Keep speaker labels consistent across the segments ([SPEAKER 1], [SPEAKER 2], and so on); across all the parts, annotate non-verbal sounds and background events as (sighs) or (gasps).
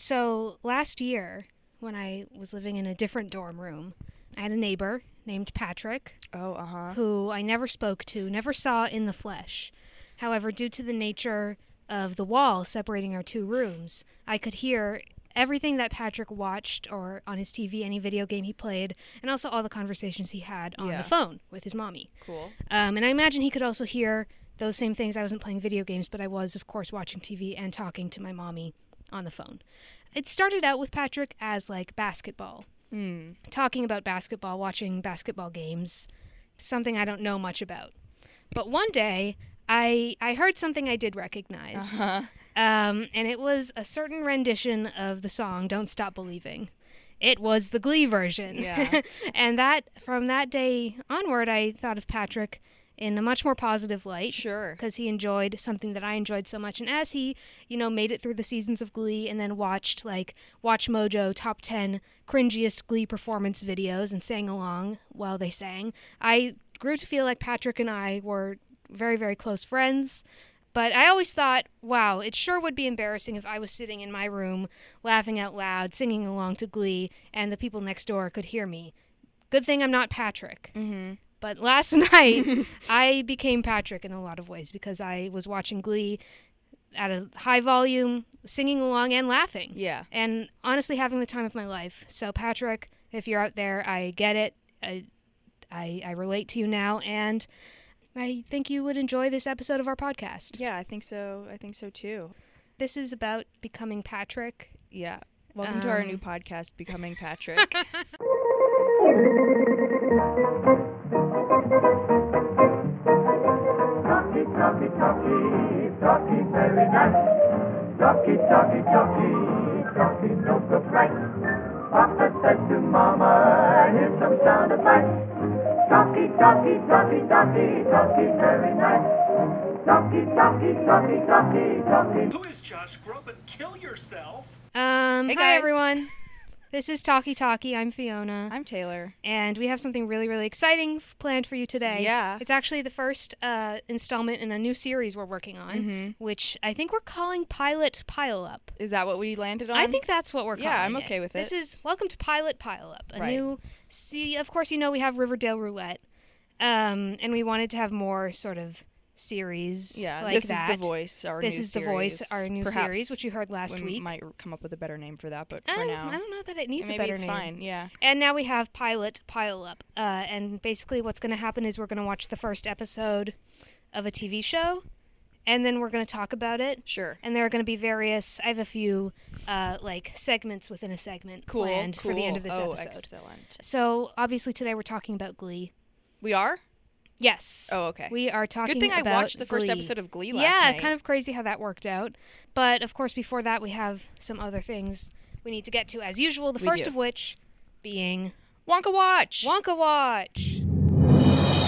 [SPEAKER 1] So last year, when I was living in a different dorm room, I had a neighbor named Patrick
[SPEAKER 2] Oh, uh huh.
[SPEAKER 1] who I never spoke to, never saw in the flesh. However, due to the nature of the wall separating our two rooms, I could hear everything that Patrick watched or on his TV, any video game he played, and also all the conversations he had on
[SPEAKER 2] Yeah.
[SPEAKER 1] the phone with his mommy.
[SPEAKER 2] Cool.
[SPEAKER 1] Um, and I imagine he could also hear those same things. I wasn't playing video games, but I was, of course, watching TV and talking to my mommy on the phone. It started out with Patrick as like basketball,
[SPEAKER 2] Mm.
[SPEAKER 1] talking about basketball, watching basketball games, something I don't know much about. But one day, I I heard something I did recognize,
[SPEAKER 2] Uh-huh.
[SPEAKER 1] um, and it was a certain rendition of the song "Don't Stop Believing." It was the Glee version,
[SPEAKER 2] Yeah.
[SPEAKER 1] (laughs) and that from that day onward, I thought of Patrick in a much more positive light
[SPEAKER 2] Sure.
[SPEAKER 1] because he enjoyed something that I enjoyed so much. And as he, you know, made it through the seasons of Glee and then watched like Watch Mojo top 10 cringiest Glee performance videos and sang along while they sang, I grew to feel like Patrick and I were very, very close friends. But I always thought, wow, it sure would be embarrassing if I was sitting in my room laughing out loud, singing along to Glee, and the people next door could hear me. Good thing I'm not Patrick.
[SPEAKER 2] Mm-hmm.
[SPEAKER 1] But last (laughs)
[SPEAKER 2] (laughs)
[SPEAKER 1] night, I became Patrick in a lot of ways because I was watching Glee at a high volume, singing along and laughing,
[SPEAKER 2] Yeah.
[SPEAKER 1] and honestly having the time of my life. So, Patrick, if you're out there, I get it. I, I, I relate to you now, and I think you would enjoy this episode of our podcast.
[SPEAKER 2] Yeah, I think so. I think so too.
[SPEAKER 1] This is about becoming Patrick.
[SPEAKER 2] Yeah. Welcome to our new
[SPEAKER 1] Um.
[SPEAKER 2] podcast,
[SPEAKER 1] (laughs)
[SPEAKER 2] Becoming Patrick.
[SPEAKER 3] Ducky, ducky, ducky, ducky, very nice. Ducky, ducky, ducky, ducky, no good right. Papa said to Mama, here's some sound advice. Ducky, ducky, ducky, ducky, ducky, very nice. Ducky, ducky, ducky, ducky, ducky.
[SPEAKER 4] Who is Josh Groban? Kill yourself?
[SPEAKER 1] Um, hi,
[SPEAKER 2] Hey, guys.
[SPEAKER 1] everyone. This is Talkie Talkie. I'm Fiona.
[SPEAKER 2] (laughs) I'm Taylor.
[SPEAKER 1] and we have something really really exciting f- planned for you today
[SPEAKER 2] Yeah.
[SPEAKER 1] it's actually the first uh, installment in a new series we're working on
[SPEAKER 2] Mm-hmm.
[SPEAKER 1] which i think we're calling pilot pile up
[SPEAKER 2] Is that what we landed on?
[SPEAKER 1] i think that's what we're calling
[SPEAKER 2] Yeah, I'm
[SPEAKER 1] it.
[SPEAKER 2] okay with
[SPEAKER 1] this
[SPEAKER 2] it.
[SPEAKER 1] is welcome to pilot pile up a
[SPEAKER 2] Right.
[SPEAKER 1] new see of course you know we have riverdale roulette um, and we wanted to have more sort of series
[SPEAKER 2] Yeah.
[SPEAKER 1] like
[SPEAKER 2] this is
[SPEAKER 1] that
[SPEAKER 2] the voice. Our
[SPEAKER 1] this
[SPEAKER 2] new
[SPEAKER 1] is the voice
[SPEAKER 2] series.
[SPEAKER 1] our new
[SPEAKER 2] Perhaps
[SPEAKER 1] series which you heard last
[SPEAKER 2] we
[SPEAKER 1] week
[SPEAKER 2] might come up with a better name for that, but
[SPEAKER 1] I
[SPEAKER 2] for
[SPEAKER 1] don't,
[SPEAKER 2] now,
[SPEAKER 1] I don't know that it needs
[SPEAKER 2] maybe
[SPEAKER 1] a better
[SPEAKER 2] it's
[SPEAKER 1] name
[SPEAKER 2] fine. Yeah.
[SPEAKER 1] and now we have pilot pile up. Uh, and basically, what's going to happen is we're going to watch the first episode of a TV show, and then we're going to talk about it.
[SPEAKER 2] Sure.
[SPEAKER 1] And there are going to be various. I have a few uh, like segments within a segment
[SPEAKER 2] Cool.
[SPEAKER 1] planned for the end of
[SPEAKER 2] cool.
[SPEAKER 1] this
[SPEAKER 2] oh,
[SPEAKER 1] episode.
[SPEAKER 2] excellent.
[SPEAKER 1] So obviously today we're talking about Glee.
[SPEAKER 2] We are.
[SPEAKER 1] Yes.
[SPEAKER 2] Oh, okay.
[SPEAKER 1] We are talking.
[SPEAKER 2] Good thing I
[SPEAKER 1] about
[SPEAKER 2] watched the first
[SPEAKER 1] Glee.
[SPEAKER 2] episode of Glee last
[SPEAKER 1] Yeah,
[SPEAKER 2] night.
[SPEAKER 1] kind of crazy how that worked out. But of course, before that, we have some other things we need to get to, as usual. The
[SPEAKER 2] We
[SPEAKER 1] first
[SPEAKER 2] do.
[SPEAKER 1] of which being
[SPEAKER 2] Wonka Watch.
[SPEAKER 1] Wonka Watch.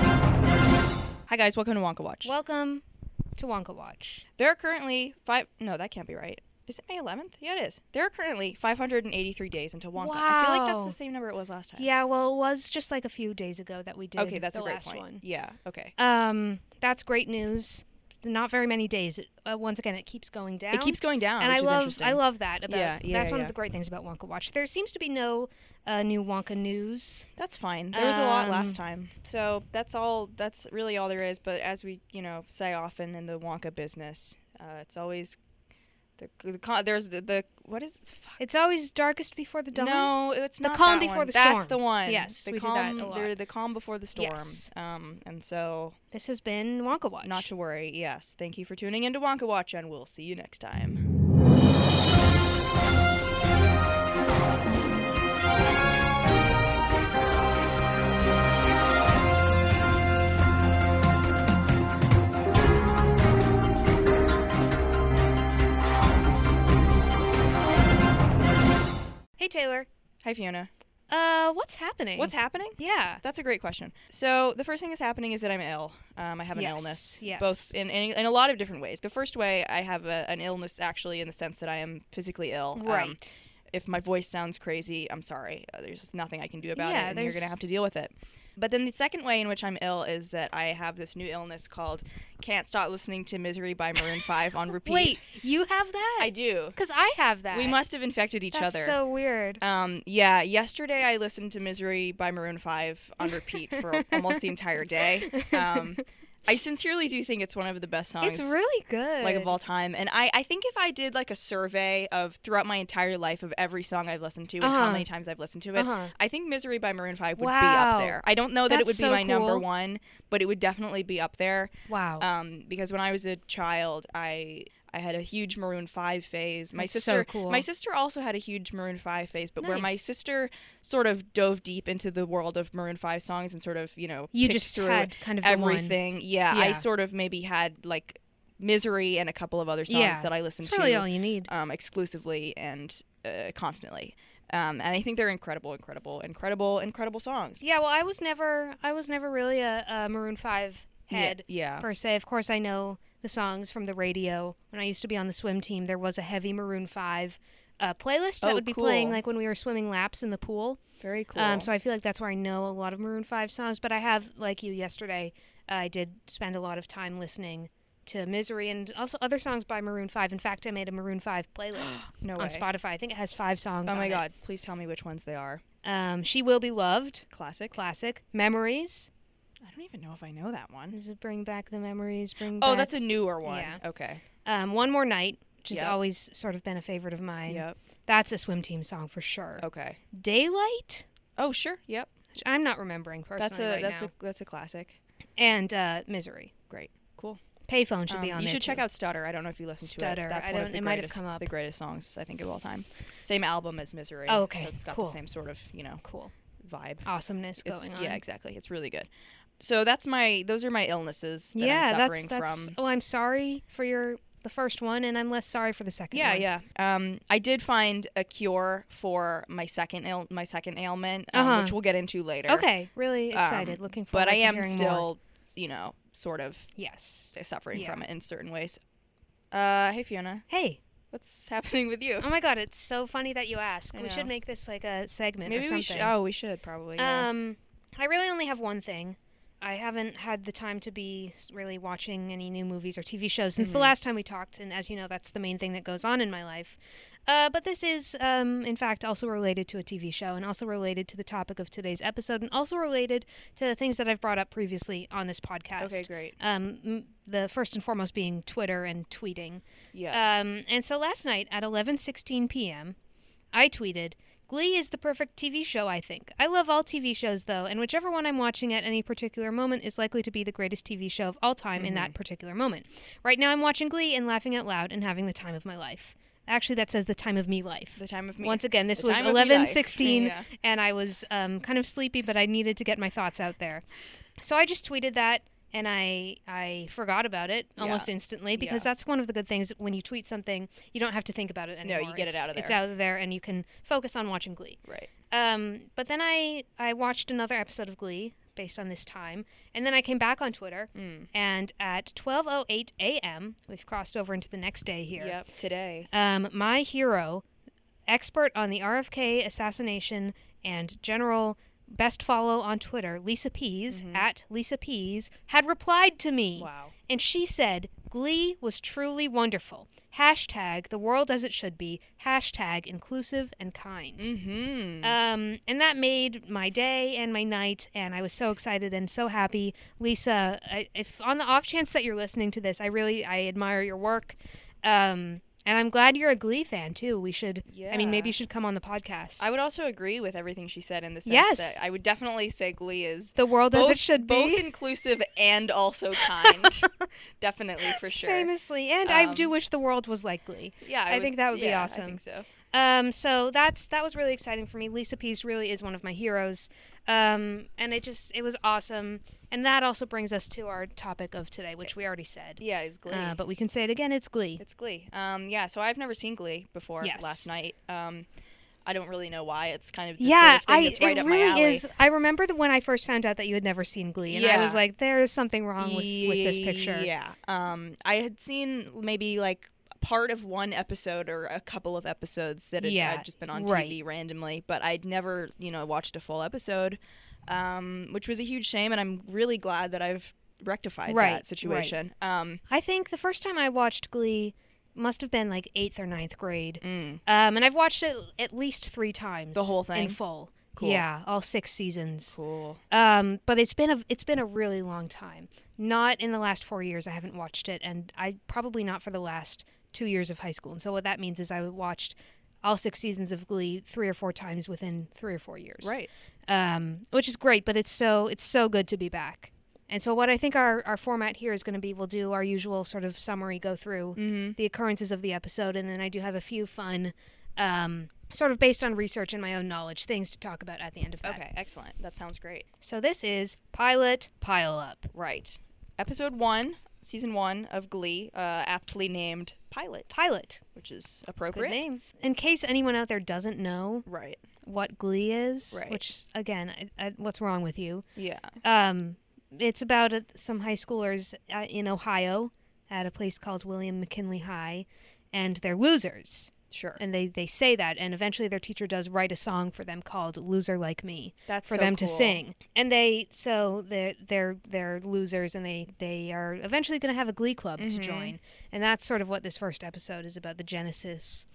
[SPEAKER 2] Hi guys, welcome to Wonka Watch.
[SPEAKER 1] Welcome to Wonka Watch.
[SPEAKER 2] There are currently five. No, that can't be right. Is it May 11th? Yeah, it is. There are currently 583 days until Wonka. I feel like that's
[SPEAKER 1] Wow.
[SPEAKER 2] the same number it was last time.
[SPEAKER 1] Yeah, well, it was just like a few days ago that we did.
[SPEAKER 2] Okay, that's
[SPEAKER 1] the
[SPEAKER 2] a great
[SPEAKER 1] last
[SPEAKER 2] point.
[SPEAKER 1] one.
[SPEAKER 2] Yeah. Okay.
[SPEAKER 1] Um, that's great news. Not very many days. It- Uh, once again, it keeps going down.
[SPEAKER 2] It keeps going down,
[SPEAKER 1] and I
[SPEAKER 2] which is
[SPEAKER 1] love,
[SPEAKER 2] interesting.
[SPEAKER 1] I love that about.
[SPEAKER 2] Yeah, yeah,
[SPEAKER 1] that's one
[SPEAKER 2] yeah.
[SPEAKER 1] of the great things about Wonka Watch. There seems to be no uh, new Wonka news.
[SPEAKER 2] That's fine. There was a lot
[SPEAKER 1] Um,
[SPEAKER 2] last time. So that's all, that's really all there is. But as we, you know, say often in the Wonka business, uh, it's always the, the con- there's the, the, what is, fuck.
[SPEAKER 1] It's always darkest before the dawn.
[SPEAKER 2] No, it's
[SPEAKER 1] The
[SPEAKER 2] not
[SPEAKER 1] calm
[SPEAKER 2] that
[SPEAKER 1] before
[SPEAKER 2] one.
[SPEAKER 1] the
[SPEAKER 2] That's
[SPEAKER 1] storm.
[SPEAKER 2] the one.
[SPEAKER 1] Yes,
[SPEAKER 2] the
[SPEAKER 1] we do that
[SPEAKER 2] calm,
[SPEAKER 1] a lot.
[SPEAKER 2] they're The calm before the storm.
[SPEAKER 1] Yes.
[SPEAKER 2] Um, and so
[SPEAKER 1] This has been Wonka Watch.
[SPEAKER 2] Not to worry. Yes. Thank you for tuning in to Wonka Watch, and we'll see you next time.
[SPEAKER 1] Hey Taylor,
[SPEAKER 2] Hi, Fiona.
[SPEAKER 1] Uh, what's happening?
[SPEAKER 2] What's happening?
[SPEAKER 1] yeah.
[SPEAKER 2] That's a great question. So the first thing that's happening is that I'm ill. Um, I have an
[SPEAKER 1] Yes,
[SPEAKER 2] illness,
[SPEAKER 1] yes.
[SPEAKER 2] both in, in in a lot of different ways. The first way I have a, an illness actually in the sense that I am physically ill. Um,
[SPEAKER 1] Right.
[SPEAKER 2] if my voice sounds crazy, I'm sorry. Uh, there's just nothing I can do about
[SPEAKER 1] Yeah,
[SPEAKER 2] it, and you're
[SPEAKER 1] there's-
[SPEAKER 2] gonna have to deal with it. But then the second way in which I'm ill is that I have this new illness called "Can't Stop Listening to Misery" by Maroon
[SPEAKER 1] (laughs)
[SPEAKER 2] Five on repeat.
[SPEAKER 1] Wait, you have that?
[SPEAKER 2] I do.
[SPEAKER 1] Cause I have that.
[SPEAKER 2] We must have infected each
[SPEAKER 1] That's
[SPEAKER 2] other.
[SPEAKER 1] so weird.
[SPEAKER 2] Um, yeah, yesterday I listened to Misery by Maroon 5 on repeat
[SPEAKER 1] (laughs)
[SPEAKER 2] for almost the entire day. Um, I sincerely do think it's one of the best songs
[SPEAKER 1] it's really good.
[SPEAKER 2] like of all time. And I, I think if I did like a survey of throughout my entire life of every song I've listened to and
[SPEAKER 1] Uh-huh.
[SPEAKER 2] how many times I've listened to it,
[SPEAKER 1] Uh-huh.
[SPEAKER 2] I think Misery by Maroon 5 would be
[SPEAKER 1] Wow.
[SPEAKER 2] up there. I don't know that it would
[SPEAKER 1] That's
[SPEAKER 2] be
[SPEAKER 1] so
[SPEAKER 2] my number
[SPEAKER 1] cool.
[SPEAKER 2] 1, but it would definitely be up there.
[SPEAKER 1] Wow.
[SPEAKER 2] Um, because when I was a child, I I had a huge Maroon Five phase. My
[SPEAKER 1] That's so
[SPEAKER 2] sister,
[SPEAKER 1] cool.
[SPEAKER 2] my sister also had a huge Maroon Five phase, but where my
[SPEAKER 1] Nice.
[SPEAKER 2] sister sort of dove deep into the world of Maroon Five songs and sort of you know
[SPEAKER 1] You
[SPEAKER 2] picked
[SPEAKER 1] just
[SPEAKER 2] through
[SPEAKER 1] had kind of the one.
[SPEAKER 2] everything. Yeah,
[SPEAKER 1] Yeah.
[SPEAKER 2] I sort of maybe had like Misery and a couple of other songs
[SPEAKER 1] Yeah.
[SPEAKER 2] that I listened
[SPEAKER 1] That's really
[SPEAKER 2] to
[SPEAKER 1] all you need.
[SPEAKER 2] um, exclusively and uh, constantly. Um, and I think they're incredible, incredible, incredible, incredible songs.
[SPEAKER 1] Yeah, well, I was never, I was never really a, a Maroon Five head
[SPEAKER 2] yeah.
[SPEAKER 1] per se. Of course, I know the songs from the radio. When I used to be on the swim team, there was a heavy Maroon Five uh, playlist that
[SPEAKER 2] Oh,
[SPEAKER 1] would be playing
[SPEAKER 2] cool.
[SPEAKER 1] like when we were swimming laps in the pool.
[SPEAKER 2] very cool.
[SPEAKER 1] Um, so I feel like that's where I know a lot of Maroon Five songs. But I have, like you, yesterday, I did spend a lot of time listening to Misery and also other songs by Maroon Five. In fact, I made a Maroon Five (gasps) playlist
[SPEAKER 2] no
[SPEAKER 1] on
[SPEAKER 2] way.
[SPEAKER 1] Spotify. I think it has five songs.
[SPEAKER 2] Oh
[SPEAKER 1] on
[SPEAKER 2] my
[SPEAKER 1] it.
[SPEAKER 2] God! Please tell me which ones they are.
[SPEAKER 1] Um, she will be loved.
[SPEAKER 2] Classic.
[SPEAKER 1] Classic memories.
[SPEAKER 2] I don't even know if I know that one.
[SPEAKER 1] Does it bring back the memories? Bring
[SPEAKER 2] Oh,
[SPEAKER 1] back-
[SPEAKER 2] that's a newer one.
[SPEAKER 1] Yeah.
[SPEAKER 2] Okay.
[SPEAKER 1] um, one more night, which has
[SPEAKER 2] Yep.
[SPEAKER 1] always sort of been a favorite of mine.
[SPEAKER 2] Yep.
[SPEAKER 1] That's a swim team song for sure.
[SPEAKER 2] Okay.
[SPEAKER 1] Daylight,
[SPEAKER 2] Oh, sure. Yep.
[SPEAKER 1] which I'm not remembering personally
[SPEAKER 2] That's a
[SPEAKER 1] right
[SPEAKER 2] that's
[SPEAKER 1] now,
[SPEAKER 2] a that's a classic.
[SPEAKER 1] and uh, Misery.
[SPEAKER 2] Great. Cool.
[SPEAKER 1] Payphone should be
[SPEAKER 2] Um,
[SPEAKER 1] on.
[SPEAKER 2] you
[SPEAKER 1] there
[SPEAKER 2] should check
[SPEAKER 1] too.
[SPEAKER 2] out Stutter. I don't know if you listen to
[SPEAKER 1] Stutter.
[SPEAKER 2] it. That's
[SPEAKER 1] I
[SPEAKER 2] one
[SPEAKER 1] don't-
[SPEAKER 2] of the
[SPEAKER 1] it might have
[SPEAKER 2] greatest
[SPEAKER 1] come up.
[SPEAKER 2] the greatest songs I think of all time. Same album as Misery.
[SPEAKER 1] Oh, okay.
[SPEAKER 2] So it's got
[SPEAKER 1] Cool.
[SPEAKER 2] the same sort of you know
[SPEAKER 1] Cool
[SPEAKER 2] vibe.
[SPEAKER 1] awesomeness
[SPEAKER 2] It's,
[SPEAKER 1] going on.
[SPEAKER 2] yeah, exactly. It's really good. So that's my those are my illnesses that
[SPEAKER 1] Yeah, that's
[SPEAKER 2] I'm suffering
[SPEAKER 1] that's.
[SPEAKER 2] from.
[SPEAKER 1] Oh, I'm sorry for your the first one, and I'm less sorry for the second.
[SPEAKER 2] Yeah,
[SPEAKER 1] one.
[SPEAKER 2] yeah. Um, I did find a cure for my second ail- my second ailment, um,
[SPEAKER 1] Uh-huh.
[SPEAKER 2] which we'll get into later.
[SPEAKER 1] Okay, really
[SPEAKER 2] Um,
[SPEAKER 1] excited, looking forward.
[SPEAKER 2] But I
[SPEAKER 1] to
[SPEAKER 2] am
[SPEAKER 1] hearing
[SPEAKER 2] still,
[SPEAKER 1] more.
[SPEAKER 2] you know, sort of
[SPEAKER 1] yes.
[SPEAKER 2] suffering
[SPEAKER 1] Yeah.
[SPEAKER 2] from it in certain ways. Uh, hey Fiona,
[SPEAKER 1] Hey,
[SPEAKER 2] what's (laughs) happening with you?
[SPEAKER 1] oh my God, it's so funny that you ask.
[SPEAKER 2] I
[SPEAKER 1] We should
[SPEAKER 2] know.
[SPEAKER 1] make this like a segment or
[SPEAKER 2] Maybe
[SPEAKER 1] something.
[SPEAKER 2] we should. Oh, we should probably. Yeah.
[SPEAKER 1] Um, I really only have one thing. I haven't had the time to be s- really watching any new movies or TV shows since
[SPEAKER 2] Mm-hmm.
[SPEAKER 1] the last time we talked, and as you know, that's the main thing that goes on in my life. Uh, but this is, um, in fact, also related to a TV show and also related to the topic of today's episode and also related to things that I've brought up previously on this podcast.
[SPEAKER 2] okay, great.
[SPEAKER 1] Um, m- the first and foremost being Twitter and tweeting.
[SPEAKER 2] Yeah.
[SPEAKER 1] Um, and so last night at 11:16 p.m., I tweeted, "Glee is the perfect TV show, I think. I love all TV shows though, and whichever one I'm watching at any particular moment is likely to be the greatest TV show of all time in
[SPEAKER 2] Mm-hmm.
[SPEAKER 1] that particular moment. Right now I'm watching Glee and laughing out loud and having the time of my life." Actually, that says the time of me life.
[SPEAKER 2] the time of me.
[SPEAKER 1] Once again, this
[SPEAKER 2] the
[SPEAKER 1] was
[SPEAKER 2] time of me life. (laughs)
[SPEAKER 1] 11:16
[SPEAKER 2] Yeah.
[SPEAKER 1] and I was um, kind of sleepy, but I needed to get my thoughts out there. So I just tweeted that and I I forgot about it almost
[SPEAKER 2] Yeah.
[SPEAKER 1] instantly because
[SPEAKER 2] Yeah.
[SPEAKER 1] that's one of the good things when you tweet something, you don't have to think about it
[SPEAKER 2] No,
[SPEAKER 1] anymore.
[SPEAKER 2] you get it
[SPEAKER 1] It's-
[SPEAKER 2] out of
[SPEAKER 1] It's
[SPEAKER 2] there.
[SPEAKER 1] out of there and you can focus on watching Glee.
[SPEAKER 2] Right.
[SPEAKER 1] Um, but then I I watched another episode of Glee based on this time, and then I came back on Twitter,
[SPEAKER 2] Hmm.
[SPEAKER 1] and at 12:08 a.m. we've crossed over into the next day here.
[SPEAKER 2] Yep. Today.
[SPEAKER 1] Um, my hero, expert on the RFK assassination and general best follow on Twitter, Lisa Pease, at Lisa Pease, had replied to me.
[SPEAKER 2] Wow.
[SPEAKER 1] And she said, Glee was truly wonderful. Hashtag the world as it should be. Hashtag inclusive and kind.
[SPEAKER 2] Mm-hmm.
[SPEAKER 1] Um, and that made my day and my night, and I was so excited and so happy. Lisa, I, if on the off chance that you're listening to this, I really I admire your work, um, and I'm glad you're a Glee fan too. We should, I mean, maybe
[SPEAKER 2] Yeah.
[SPEAKER 1] you should come on the podcast.
[SPEAKER 2] I would also agree with everything she said in the sense
[SPEAKER 1] Yes.
[SPEAKER 2] that I would definitely say Glee is
[SPEAKER 1] the world as
[SPEAKER 2] both,
[SPEAKER 1] it should
[SPEAKER 2] both
[SPEAKER 1] be,
[SPEAKER 2] inclusive and
[SPEAKER 1] (laughs)
[SPEAKER 2] also kind. definitely for sure.
[SPEAKER 1] famously. And I do
[SPEAKER 2] Um,
[SPEAKER 1] wish the world was like Glee.
[SPEAKER 2] Yeah,
[SPEAKER 1] I think that would be
[SPEAKER 2] yeah,
[SPEAKER 1] awesome.
[SPEAKER 2] I think so.
[SPEAKER 1] Um, so that's that was really exciting for me. Lisa Pease really is one of my heroes, um, and it just it was awesome. And that also brings us to our topic of today, which we already said.
[SPEAKER 2] Yeah, it's Glee.
[SPEAKER 1] Uh, but we can say it again. It's Glee.
[SPEAKER 2] it's Glee. Um, yeah, so I've never seen Glee before.
[SPEAKER 1] Yes.
[SPEAKER 2] Last night, um, I don't really know why. It's kind of the
[SPEAKER 1] yeah,
[SPEAKER 2] sort of thing
[SPEAKER 1] I
[SPEAKER 2] that's right
[SPEAKER 1] it
[SPEAKER 2] up
[SPEAKER 1] really
[SPEAKER 2] my alley.
[SPEAKER 1] is. I remember the, when I first found out that you had never seen Glee, and I was
[SPEAKER 2] Yeah.
[SPEAKER 1] like, "There is something wrong with, with this picture."
[SPEAKER 2] Yeah. Um, I had seen maybe like part of one episode or a couple of episodes that had,
[SPEAKER 1] Yeah,
[SPEAKER 2] had just been on
[SPEAKER 1] right.
[SPEAKER 2] TV randomly, but I'd never, you know, watched a full episode, um, which was a huge shame, and I'm really glad that I've rectified
[SPEAKER 1] Right, right.
[SPEAKER 2] that situation. Um,
[SPEAKER 1] I think the first time I watched Glee must have been like eighth or ninth grade,
[SPEAKER 2] mm,
[SPEAKER 1] um, and I've watched it at least three times.
[SPEAKER 2] The whole
[SPEAKER 1] in
[SPEAKER 2] thing?
[SPEAKER 1] full.
[SPEAKER 2] Cool.
[SPEAKER 1] Yeah, all six seasons.
[SPEAKER 2] cool.
[SPEAKER 1] Um, but it's been a it's been a really long time. Not in the last four years, I haven't watched it, and I probably not for the last two years of high school. And so what that means is I watched all six seasons of Glee three or four times within three or four years.
[SPEAKER 2] Right.
[SPEAKER 1] Um, which is great, but it's so it's so good to be back. And so what I think our our format here is going to be we'll do our usual sort of summary go through
[SPEAKER 2] Mm-hmm.
[SPEAKER 1] the occurrences of the episode, and then I do have a few fun. Um, Sort of based on research and my own knowledge, things to talk about at the end of that.
[SPEAKER 2] Okay, excellent. That sounds great.
[SPEAKER 1] So this is Pilot Pile Up.
[SPEAKER 2] Right. Episode one, season one of Glee, uh, aptly named Pilot,
[SPEAKER 1] Pilot.
[SPEAKER 2] which is
[SPEAKER 1] Good
[SPEAKER 2] appropriate.
[SPEAKER 1] name. In case anyone out there doesn't know
[SPEAKER 2] Right.
[SPEAKER 1] what Glee is,
[SPEAKER 2] Right.
[SPEAKER 1] which again, I, I, what's wrong with you?
[SPEAKER 2] Yeah.
[SPEAKER 1] Um, it's about uh some high schoolers uh, in Ohio at a place called William McKinley High, and they're losers.
[SPEAKER 2] Sure.
[SPEAKER 1] And they, they say that, and eventually their teacher does write a song for them called "Loser Like Me"
[SPEAKER 2] That's
[SPEAKER 1] for
[SPEAKER 2] so
[SPEAKER 1] them to
[SPEAKER 2] cool.
[SPEAKER 1] sing. And they so they're they're they're losers, and they they are eventually going to have a Glee club
[SPEAKER 2] Mm-hmm.
[SPEAKER 1] to join, and that's sort of what this first episode is about—the genesis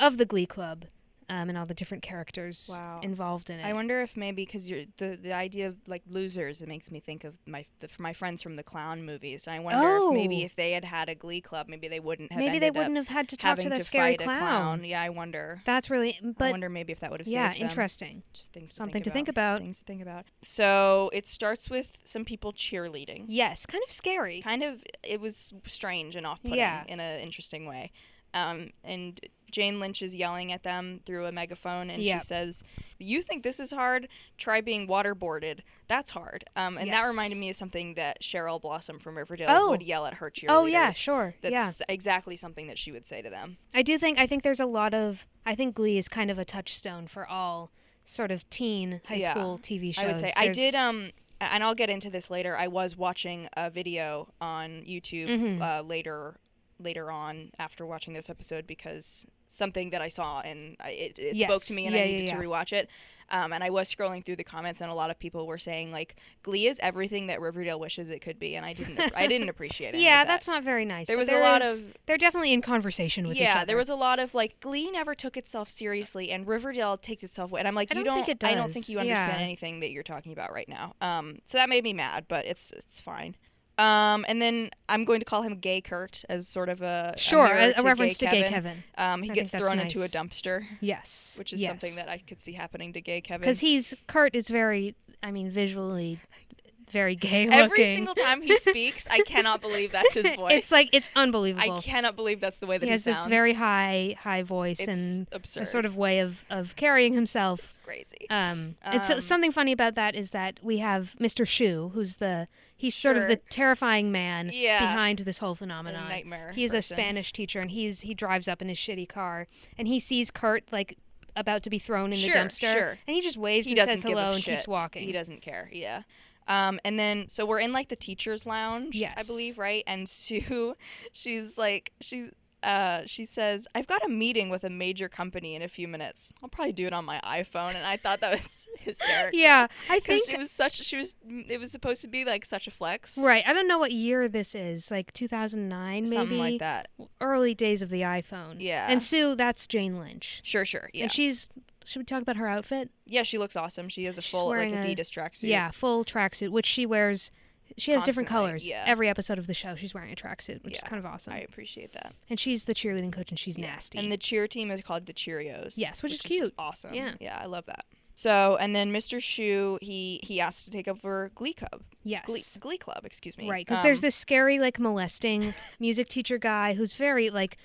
[SPEAKER 1] of the Glee club um, and all the different characters
[SPEAKER 2] Wow.
[SPEAKER 1] involved in it.
[SPEAKER 2] I wonder if maybe because you're the the idea of like losers, it makes me think of my the, my friends from the clown movies. I wonder if maybe
[SPEAKER 1] Oh.
[SPEAKER 2] if they had had a Glee club, maybe they wouldn't have.
[SPEAKER 1] Maybe they
[SPEAKER 2] ended up
[SPEAKER 1] wouldn't have had to talk
[SPEAKER 2] having
[SPEAKER 1] to that scary
[SPEAKER 2] fight a clown. Yeah, I wonder.
[SPEAKER 1] That's really,
[SPEAKER 2] I
[SPEAKER 1] but
[SPEAKER 2] wonder maybe if that would have
[SPEAKER 1] yeah,
[SPEAKER 2] saved them.
[SPEAKER 1] interesting.
[SPEAKER 2] Just things to
[SPEAKER 1] Something
[SPEAKER 2] think
[SPEAKER 1] to think about.
[SPEAKER 2] Things to think about. So it starts with some people cheerleading.
[SPEAKER 1] Yes, kind of scary.
[SPEAKER 2] Kind of, it was strange and off-putting
[SPEAKER 1] Yeah.
[SPEAKER 2] in an interesting way. Um, and Jane Lynch is yelling at them through a megaphone, and
[SPEAKER 1] Yep.
[SPEAKER 2] she says, "You think this is hard? Try being waterboarded. That's hard." Um, and that reminded
[SPEAKER 1] Yes.
[SPEAKER 2] me of something that Cheryl Blossom from Riverdale
[SPEAKER 1] Oh.
[SPEAKER 2] would yell at her cheerleaders.
[SPEAKER 1] Oh yeah, sure.
[SPEAKER 2] That's
[SPEAKER 1] yeah,
[SPEAKER 2] exactly something that she would say to them.
[SPEAKER 1] I do think I think there's a lot of I think Glee is kind of a touchstone for all sort of teen high
[SPEAKER 2] Yeah.
[SPEAKER 1] school TV shows.
[SPEAKER 2] I would say I
[SPEAKER 1] There's-
[SPEAKER 2] did. Um, a- and I'll get into this later. I was watching a video on YouTube
[SPEAKER 1] Mhm.
[SPEAKER 2] uh, later later on after watching this episode because something that I saw and I, it, it spoke
[SPEAKER 1] Yes.
[SPEAKER 2] to me and
[SPEAKER 1] Yeah,
[SPEAKER 2] I
[SPEAKER 1] yeah,
[SPEAKER 2] needed
[SPEAKER 1] yeah.
[SPEAKER 2] to rewatch it. Um, and I was scrolling through the comments and a lot of people were saying like Glee is everything that Riverdale wishes it could be, and I didn't ap- I didn't appreciate it.
[SPEAKER 1] Yeah, that's not very nice.
[SPEAKER 2] There
[SPEAKER 1] but
[SPEAKER 2] was a lot
[SPEAKER 1] is-
[SPEAKER 2] of-
[SPEAKER 1] they're definitely in conversation with each
[SPEAKER 2] yeah,
[SPEAKER 1] other.
[SPEAKER 2] there was a lot of like Glee never took itself seriously, and Riverdale takes itself. And I'm like,
[SPEAKER 1] I
[SPEAKER 2] you
[SPEAKER 1] don't
[SPEAKER 2] don't.
[SPEAKER 1] think it
[SPEAKER 2] I don't
[SPEAKER 1] does.
[SPEAKER 2] think you understand
[SPEAKER 1] Yeah.
[SPEAKER 2] anything that you're talking about right now. Um, so that made me mad, but it's it's fine. Um, and then I'm going to call him Gay Kurt as sort of a a
[SPEAKER 1] sure
[SPEAKER 2] mirror
[SPEAKER 1] a, a reference to
[SPEAKER 2] Gay
[SPEAKER 1] Gay
[SPEAKER 2] Kevin.
[SPEAKER 1] Kevin.
[SPEAKER 2] Um, he
[SPEAKER 1] I
[SPEAKER 2] gets
[SPEAKER 1] think that's
[SPEAKER 2] thrown into a
[SPEAKER 1] nice.
[SPEAKER 2] dumpster,
[SPEAKER 1] Yes,
[SPEAKER 2] which is something that I could see happening to Gay Kevin.
[SPEAKER 1] because he's Kurt is very I mean visually
[SPEAKER 2] (laughs)
[SPEAKER 1] very gay
[SPEAKER 2] every
[SPEAKER 1] looking.
[SPEAKER 2] single
[SPEAKER 1] (laughs)
[SPEAKER 2] time he speaks, I cannot believe that's his voice.
[SPEAKER 1] it's like it's unbelievable.
[SPEAKER 2] I cannot believe that's the way that
[SPEAKER 1] he
[SPEAKER 2] he,
[SPEAKER 1] has
[SPEAKER 2] sounds.
[SPEAKER 1] this very high high voice
[SPEAKER 2] it's
[SPEAKER 1] and
[SPEAKER 2] absurd.
[SPEAKER 1] a sort of way of of carrying himself.
[SPEAKER 2] it's crazy.
[SPEAKER 1] Um, and so
[SPEAKER 2] Um,
[SPEAKER 1] something funny about that is that we have Mr. Shu, who's the he's sort of
[SPEAKER 2] Sure.
[SPEAKER 1] the terrifying man
[SPEAKER 2] Yeah.
[SPEAKER 1] behind this whole phenomenon.
[SPEAKER 2] nightmare
[SPEAKER 1] He's a
[SPEAKER 2] person.
[SPEAKER 1] Spanish teacher, and he's he drives up in his shitty car, and he sees Kurt like about to be thrown in
[SPEAKER 2] Sure,
[SPEAKER 1] the dumpster,
[SPEAKER 2] sure.
[SPEAKER 1] and he just waves
[SPEAKER 2] he
[SPEAKER 1] and
[SPEAKER 2] doesn't
[SPEAKER 1] says
[SPEAKER 2] give
[SPEAKER 1] hello
[SPEAKER 2] a
[SPEAKER 1] and
[SPEAKER 2] shit.
[SPEAKER 1] keeps walking.
[SPEAKER 2] He doesn't care. Yeah. Um, and then so we're in like the teachers' lounge, I
[SPEAKER 1] Yes.
[SPEAKER 2] believe, right? And (laughs) Sue, she's like she uh, she says, "I've got a meeting with a major company in a few minutes. I'll probably do it on my iPhone." And I thought that was (laughs) hysterical.
[SPEAKER 1] Yeah, I
[SPEAKER 2] Because
[SPEAKER 1] think
[SPEAKER 2] she was such she was it was supposed to be like such a flex,
[SPEAKER 1] right. I don't know what year this is, like 2009, maybe
[SPEAKER 2] Something like that.
[SPEAKER 1] early days of the iPhone.
[SPEAKER 2] Yeah.
[SPEAKER 1] and Sue, that's Jane Lynch,
[SPEAKER 2] Sure, sure. Yeah,
[SPEAKER 1] and she's. Should we talk about her outfit?
[SPEAKER 2] yeah. She looks awesome. She has a
[SPEAKER 1] She's
[SPEAKER 2] full like
[SPEAKER 1] wearing a-
[SPEAKER 2] Adidas tracksuit.
[SPEAKER 1] Yeah, full tracksuit, which she wears. She has different
[SPEAKER 2] Constantly,
[SPEAKER 1] colors.
[SPEAKER 2] yeah.
[SPEAKER 1] Every episode of the show, she's wearing a tracksuit, which is
[SPEAKER 2] Yeah,
[SPEAKER 1] kind of awesome.
[SPEAKER 2] I appreciate that.
[SPEAKER 1] And she's the cheerleading coach, and she's nasty.
[SPEAKER 2] And the cheer team is called the Cheerios.
[SPEAKER 1] Yes, which is cute.
[SPEAKER 2] awesome.
[SPEAKER 1] Yeah.
[SPEAKER 2] yeah, I love that. So, and then Mr. Shu, he he asked to take over Glee Club.
[SPEAKER 1] yes,
[SPEAKER 2] Glee, Glee Club, excuse me.
[SPEAKER 1] right? Because
[SPEAKER 2] Um,
[SPEAKER 1] there's this scary, like molesting music teacher guy who's very like.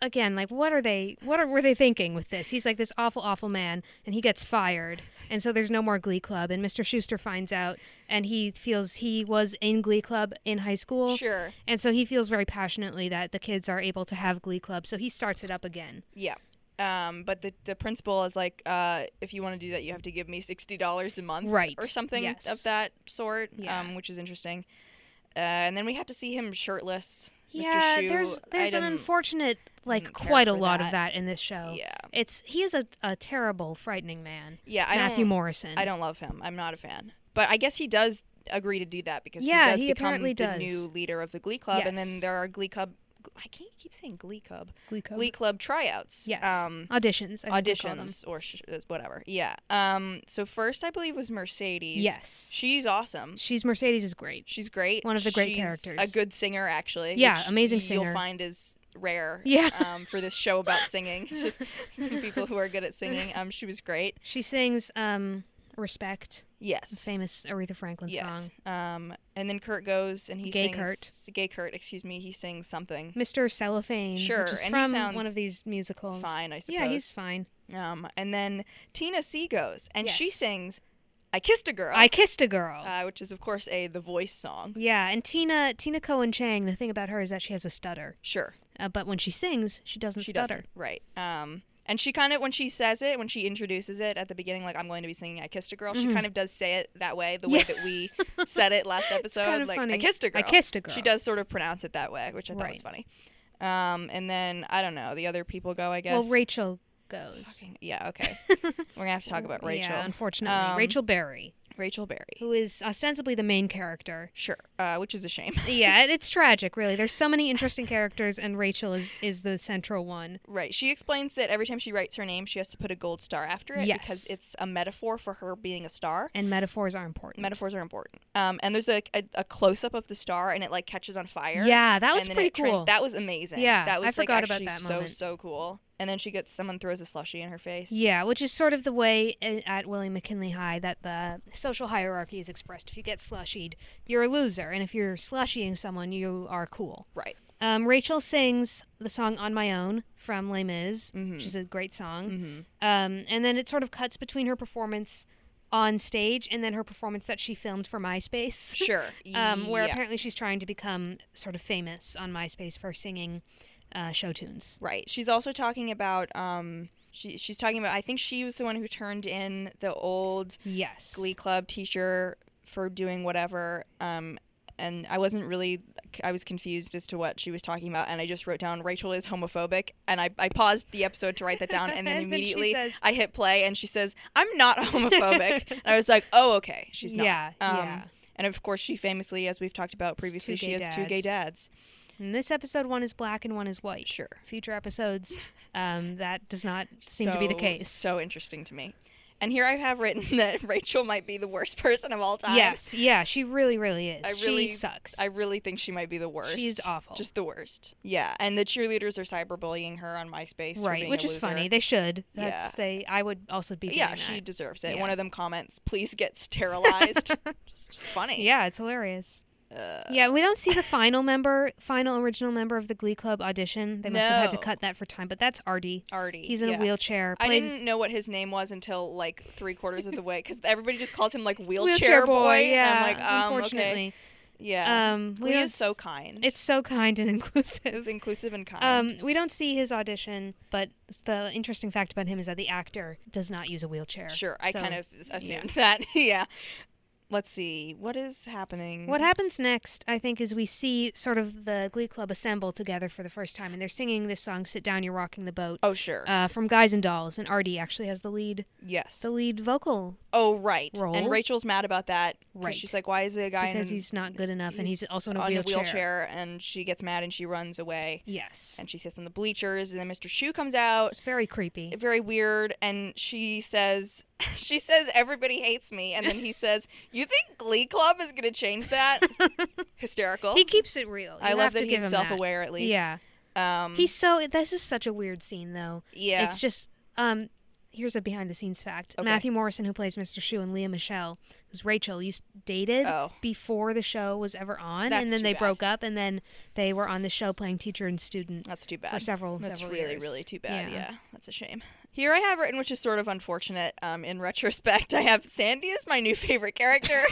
[SPEAKER 1] Again, like what are they? What are, were they thinking with this? He's like this awful, awful man, and he gets fired, and so there's no more Glee Club. And Mr. Schuster finds out, and he feels he was in Glee Club in high school,
[SPEAKER 2] Sure.
[SPEAKER 1] and so he feels very passionately that the kids are able to have Glee Club. So he starts it up again.
[SPEAKER 2] Yeah. Um, but the, the principal is like, uh, if you want to do that, you have to give me sixty dollars a month,
[SPEAKER 1] Right.
[SPEAKER 2] or something
[SPEAKER 1] Yes.
[SPEAKER 2] of that sort,
[SPEAKER 1] Yeah.
[SPEAKER 2] um, which is interesting. Uh, and then we had to see him shirtless.
[SPEAKER 1] Yeah,
[SPEAKER 2] Mr. Shu.
[SPEAKER 1] there's there's
[SPEAKER 2] I
[SPEAKER 1] an
[SPEAKER 2] didn't-
[SPEAKER 1] unfortunate like
[SPEAKER 2] didn't care
[SPEAKER 1] quite a
[SPEAKER 2] for
[SPEAKER 1] lot of that
[SPEAKER 2] that.
[SPEAKER 1] in this show.
[SPEAKER 2] Yeah,
[SPEAKER 1] It's he is a, a terrible, frightening man.
[SPEAKER 2] yeah. I
[SPEAKER 1] Matthew
[SPEAKER 2] don't,
[SPEAKER 1] Morrison.
[SPEAKER 2] I don't love him. I'm not a fan. But I guess he does agree to do that because
[SPEAKER 1] Yeah,
[SPEAKER 2] he does
[SPEAKER 1] he
[SPEAKER 2] become
[SPEAKER 1] apparently
[SPEAKER 2] the
[SPEAKER 1] does.
[SPEAKER 2] new leader of the Glee Club, and then
[SPEAKER 1] Yes.
[SPEAKER 2] there are Glee Club. I can't keep saying Glee Club.
[SPEAKER 1] Glee Club.
[SPEAKER 2] Glee Club tryouts.
[SPEAKER 1] Yes.
[SPEAKER 2] Um,
[SPEAKER 1] auditions. I think we call them.
[SPEAKER 2] auditions or sh- uh, whatever. Yeah. Um. So first, I believe was Mercedes.
[SPEAKER 1] Yes.
[SPEAKER 2] She's awesome.
[SPEAKER 1] She's Mercedes is great.
[SPEAKER 2] She's great.
[SPEAKER 1] One of the great
[SPEAKER 2] She's
[SPEAKER 1] characters.
[SPEAKER 2] A good singer, actually.
[SPEAKER 1] Yeah,
[SPEAKER 2] which
[SPEAKER 1] amazing singer.
[SPEAKER 2] You'll find is rare.
[SPEAKER 1] Yeah.
[SPEAKER 2] Um, for this show about
[SPEAKER 1] (laughs)
[SPEAKER 2] singing, (laughs) people who are good at singing. Um, she was great.
[SPEAKER 1] She sings um Respect, the
[SPEAKER 2] Yes.
[SPEAKER 1] famous Aretha Franklin
[SPEAKER 2] Yes.
[SPEAKER 1] song.
[SPEAKER 2] Um, and then Kurt goes and he
[SPEAKER 1] Gay
[SPEAKER 2] sings
[SPEAKER 1] Kurt.
[SPEAKER 2] Gay Kurt, excuse me. He sings something.
[SPEAKER 1] Mr. Cellophane,
[SPEAKER 2] Sure,
[SPEAKER 1] which is
[SPEAKER 2] and he
[SPEAKER 1] from one
[SPEAKER 2] sounds
[SPEAKER 1] of these musicals.
[SPEAKER 2] Fine, I suppose.
[SPEAKER 1] Yeah, he's fine.
[SPEAKER 2] Um, and then Tina C goes and she
[SPEAKER 1] Yes.
[SPEAKER 2] sings "I Kissed a Girl,"
[SPEAKER 1] I kissed a girl.
[SPEAKER 2] uh, which is of course a The Voice song.
[SPEAKER 1] yeah, and Tina Tina Cohen Chang. The thing about her is that she has a stutter,
[SPEAKER 2] Sure.
[SPEAKER 1] uh, but when she sings, she doesn't
[SPEAKER 2] She
[SPEAKER 1] stutter.
[SPEAKER 2] doesn't. Right. Um, and she kind of, when she says it, when she introduces it at the beginning, like I'm going to be singing "I Kissed a Girl," she kind of does say it that way, the way
[SPEAKER 1] Mm-hmm. Yeah. (laughs)
[SPEAKER 2] that we said it last episode,
[SPEAKER 1] kinda
[SPEAKER 2] like
[SPEAKER 1] funny.
[SPEAKER 2] "I kissed a
[SPEAKER 1] "I
[SPEAKER 2] girl."
[SPEAKER 1] kissed a
[SPEAKER 2] She
[SPEAKER 1] girl.
[SPEAKER 2] does sort of pronounce it that way, which I thought was funny. Um, and then I don't know, the other people go, I guess.
[SPEAKER 1] Well, Rachel goes.
[SPEAKER 2] Fucking- Yeah.
[SPEAKER 1] (laughs)
[SPEAKER 2] Okay. We're gonna have to talk about Rachel.
[SPEAKER 1] Yeah, unfortunately,
[SPEAKER 2] Um,
[SPEAKER 1] Rachel Berry,
[SPEAKER 2] Rachel Berry.
[SPEAKER 1] who is ostensibly the main character.
[SPEAKER 2] Sure. Uh, which is a shame.
[SPEAKER 1] yeah, it, it's tragic, really. There's so many interesting characters, and Rachel is is the central one.
[SPEAKER 2] (laughs) Right. She explains that every time she writes her name, she has to put a gold star after it because
[SPEAKER 1] Yes.
[SPEAKER 2] it's a metaphor for her being a star.
[SPEAKER 1] And metaphors are important.
[SPEAKER 2] metaphors are important. Um, and there's a, a, a close up of the star, and it like catches on fire.
[SPEAKER 1] Yeah, that was
[SPEAKER 2] and then
[SPEAKER 1] pretty
[SPEAKER 2] it trans-
[SPEAKER 1] cool.
[SPEAKER 2] that was amazing.
[SPEAKER 1] Yeah,
[SPEAKER 2] that
[SPEAKER 1] I
[SPEAKER 2] was like,
[SPEAKER 1] forgot about
[SPEAKER 2] actually
[SPEAKER 1] that
[SPEAKER 2] so
[SPEAKER 1] moment.
[SPEAKER 2] so cool. And then she gets someone throws a slushy in her face.
[SPEAKER 1] yeah, which is sort of the way i- at William McKinley High that the social hierarchy is expressed. If you get slushied, you're a loser, and if you're slushying someone, you are cool.
[SPEAKER 2] Right.
[SPEAKER 1] Um, Rachel sings the song "On My Own" from Les Mis,
[SPEAKER 2] Mm-hmm.
[SPEAKER 1] which is a great song. Um, and then it sort of cuts between her performance on stage and then her performance that she filmed for MySpace. (laughs)
[SPEAKER 2] Sure.
[SPEAKER 1] um, where
[SPEAKER 2] Yeah.
[SPEAKER 1] apparently she's trying to become sort of famous on MySpace for singing uh, show tunes.
[SPEAKER 2] Right. She's also talking about um. She, she's talking about. I think she was the one who turned in the old
[SPEAKER 1] Yes.
[SPEAKER 2] Glee Club teacher for doing whatever. Um, and I wasn't really, I was confused as to what she was talking about. And I just wrote down Rachel is homophobic. And I, I paused the episode to write that down. And then
[SPEAKER 1] (laughs) And then she
[SPEAKER 2] immediately
[SPEAKER 1] says-
[SPEAKER 2] I hit play and she says, I'm not
[SPEAKER 1] (laughs)
[SPEAKER 2] homophobic. and I was like, oh, okay. She's not. Um,
[SPEAKER 1] Yeah, yeah.
[SPEAKER 2] And of course, she famously, as we've talked about previously, she
[SPEAKER 1] gay
[SPEAKER 2] has two gay dads.
[SPEAKER 1] And this episode, one is black and one is white.
[SPEAKER 2] Sure.
[SPEAKER 1] Future
[SPEAKER 2] (laughs)
[SPEAKER 1] episodes, um, that does not seem to be the
[SPEAKER 2] So-
[SPEAKER 1] case.
[SPEAKER 2] So interesting to me. And here I have written (laughs) that Rachel might be the worst person of all time.
[SPEAKER 1] yes, yeah, she really, really is.
[SPEAKER 2] I
[SPEAKER 1] she
[SPEAKER 2] really
[SPEAKER 1] sucks.
[SPEAKER 2] I really think she might be the worst.
[SPEAKER 1] She's awful.
[SPEAKER 2] Just the worst. Yeah, and the cheerleaders are cyberbullying her on MySpace. for
[SPEAKER 1] right,
[SPEAKER 2] being
[SPEAKER 1] which
[SPEAKER 2] a
[SPEAKER 1] is
[SPEAKER 2] loser.
[SPEAKER 1] funny. They should. That's
[SPEAKER 2] Yeah.
[SPEAKER 1] they. I would also be.
[SPEAKER 2] yeah,
[SPEAKER 1] doing
[SPEAKER 2] she
[SPEAKER 1] that.
[SPEAKER 2] deserves it.
[SPEAKER 1] Yeah.
[SPEAKER 2] One of them comments, "Please
[SPEAKER 1] (laughs)
[SPEAKER 2] get sterilized." it's just funny.
[SPEAKER 1] Yeah, it's hilarious.
[SPEAKER 2] uh.
[SPEAKER 1] yeah, we don't see the final member, final original member of the Glee Club audition. They must have had to
[SPEAKER 2] No.
[SPEAKER 1] cut that for time, but that's Artie.
[SPEAKER 2] Artie.
[SPEAKER 1] He's in
[SPEAKER 2] yeah.
[SPEAKER 1] a wheelchair.
[SPEAKER 2] I
[SPEAKER 1] played-
[SPEAKER 2] didn't know what his name was until like three quarters of the way because everybody just calls him like wheelchair,
[SPEAKER 1] Wheelchair boy, yeah.
[SPEAKER 2] and I'm like, um,
[SPEAKER 1] unfortunately,
[SPEAKER 2] okay, yeah.
[SPEAKER 1] um, we
[SPEAKER 2] Glee
[SPEAKER 1] don't
[SPEAKER 2] is so
[SPEAKER 1] s-
[SPEAKER 2] kind.
[SPEAKER 1] it's so kind and (laughs) inclusive.
[SPEAKER 2] It's inclusive and kind.
[SPEAKER 1] Um, we don't see his audition, but the interesting fact about him is that the actor does not use a wheelchair.
[SPEAKER 2] Sure, I
[SPEAKER 1] So-
[SPEAKER 2] kind of assumed (laughs) that. yeah. Let's see. What is happening?
[SPEAKER 1] What happens next, I think, is we see sort of the Glee Club assemble together for the first time, and they're singing this song, "Sit Down, You're Rocking the Boat,"
[SPEAKER 2] Oh, sure.
[SPEAKER 1] uh, from Guys and Dolls, and Artie actually has the lead,
[SPEAKER 2] yes.
[SPEAKER 1] the lead vocal
[SPEAKER 2] Oh, right.
[SPEAKER 1] role.
[SPEAKER 2] And Rachel's mad about that. 'cause
[SPEAKER 1] Right.
[SPEAKER 2] She's like, why is a guy
[SPEAKER 1] because
[SPEAKER 2] in,
[SPEAKER 1] he's not good enough, and he's also in a
[SPEAKER 2] on
[SPEAKER 1] wheelchair.
[SPEAKER 2] and she gets mad and she runs away
[SPEAKER 1] Yes,
[SPEAKER 2] and she sits on the bleachers and then Mr. Shu comes out.
[SPEAKER 1] it's very creepy.
[SPEAKER 2] Very weird, and she says, (laughs) "She says everybody hates me," and
[SPEAKER 1] (laughs)
[SPEAKER 2] then he says, "You think Glee Club is gonna change that?" Hysterical.
[SPEAKER 1] He keeps it real.
[SPEAKER 2] I
[SPEAKER 1] You'll
[SPEAKER 2] love
[SPEAKER 1] have
[SPEAKER 2] that
[SPEAKER 1] to give
[SPEAKER 2] he's
[SPEAKER 1] him that.
[SPEAKER 2] self-aware at least.
[SPEAKER 1] Yeah,
[SPEAKER 2] Um,
[SPEAKER 1] he's so. This is such a weird scene, though.
[SPEAKER 2] yeah.
[SPEAKER 1] It's just um here's a behind the scenes fact.
[SPEAKER 2] Okay.
[SPEAKER 1] Matthew Morrison who plays Mr. Shu and Leah Michelle, who's Rachel, used dated
[SPEAKER 2] Oh.
[SPEAKER 1] before the show was ever on
[SPEAKER 2] That's
[SPEAKER 1] and then
[SPEAKER 2] too
[SPEAKER 1] they
[SPEAKER 2] bad.
[SPEAKER 1] broke up and then they were on the show playing teacher and student.
[SPEAKER 2] That's too bad.
[SPEAKER 1] several-
[SPEAKER 2] That's
[SPEAKER 1] several
[SPEAKER 2] really,
[SPEAKER 1] years.
[SPEAKER 2] really too bad.
[SPEAKER 1] Yeah.
[SPEAKER 2] Yeah. that's a shame. Here I have (laughs)
[SPEAKER 1] (laughs)
[SPEAKER 2] written, which is sort of unfortunate. Um, in retrospect, I have Sandy is my new favorite character.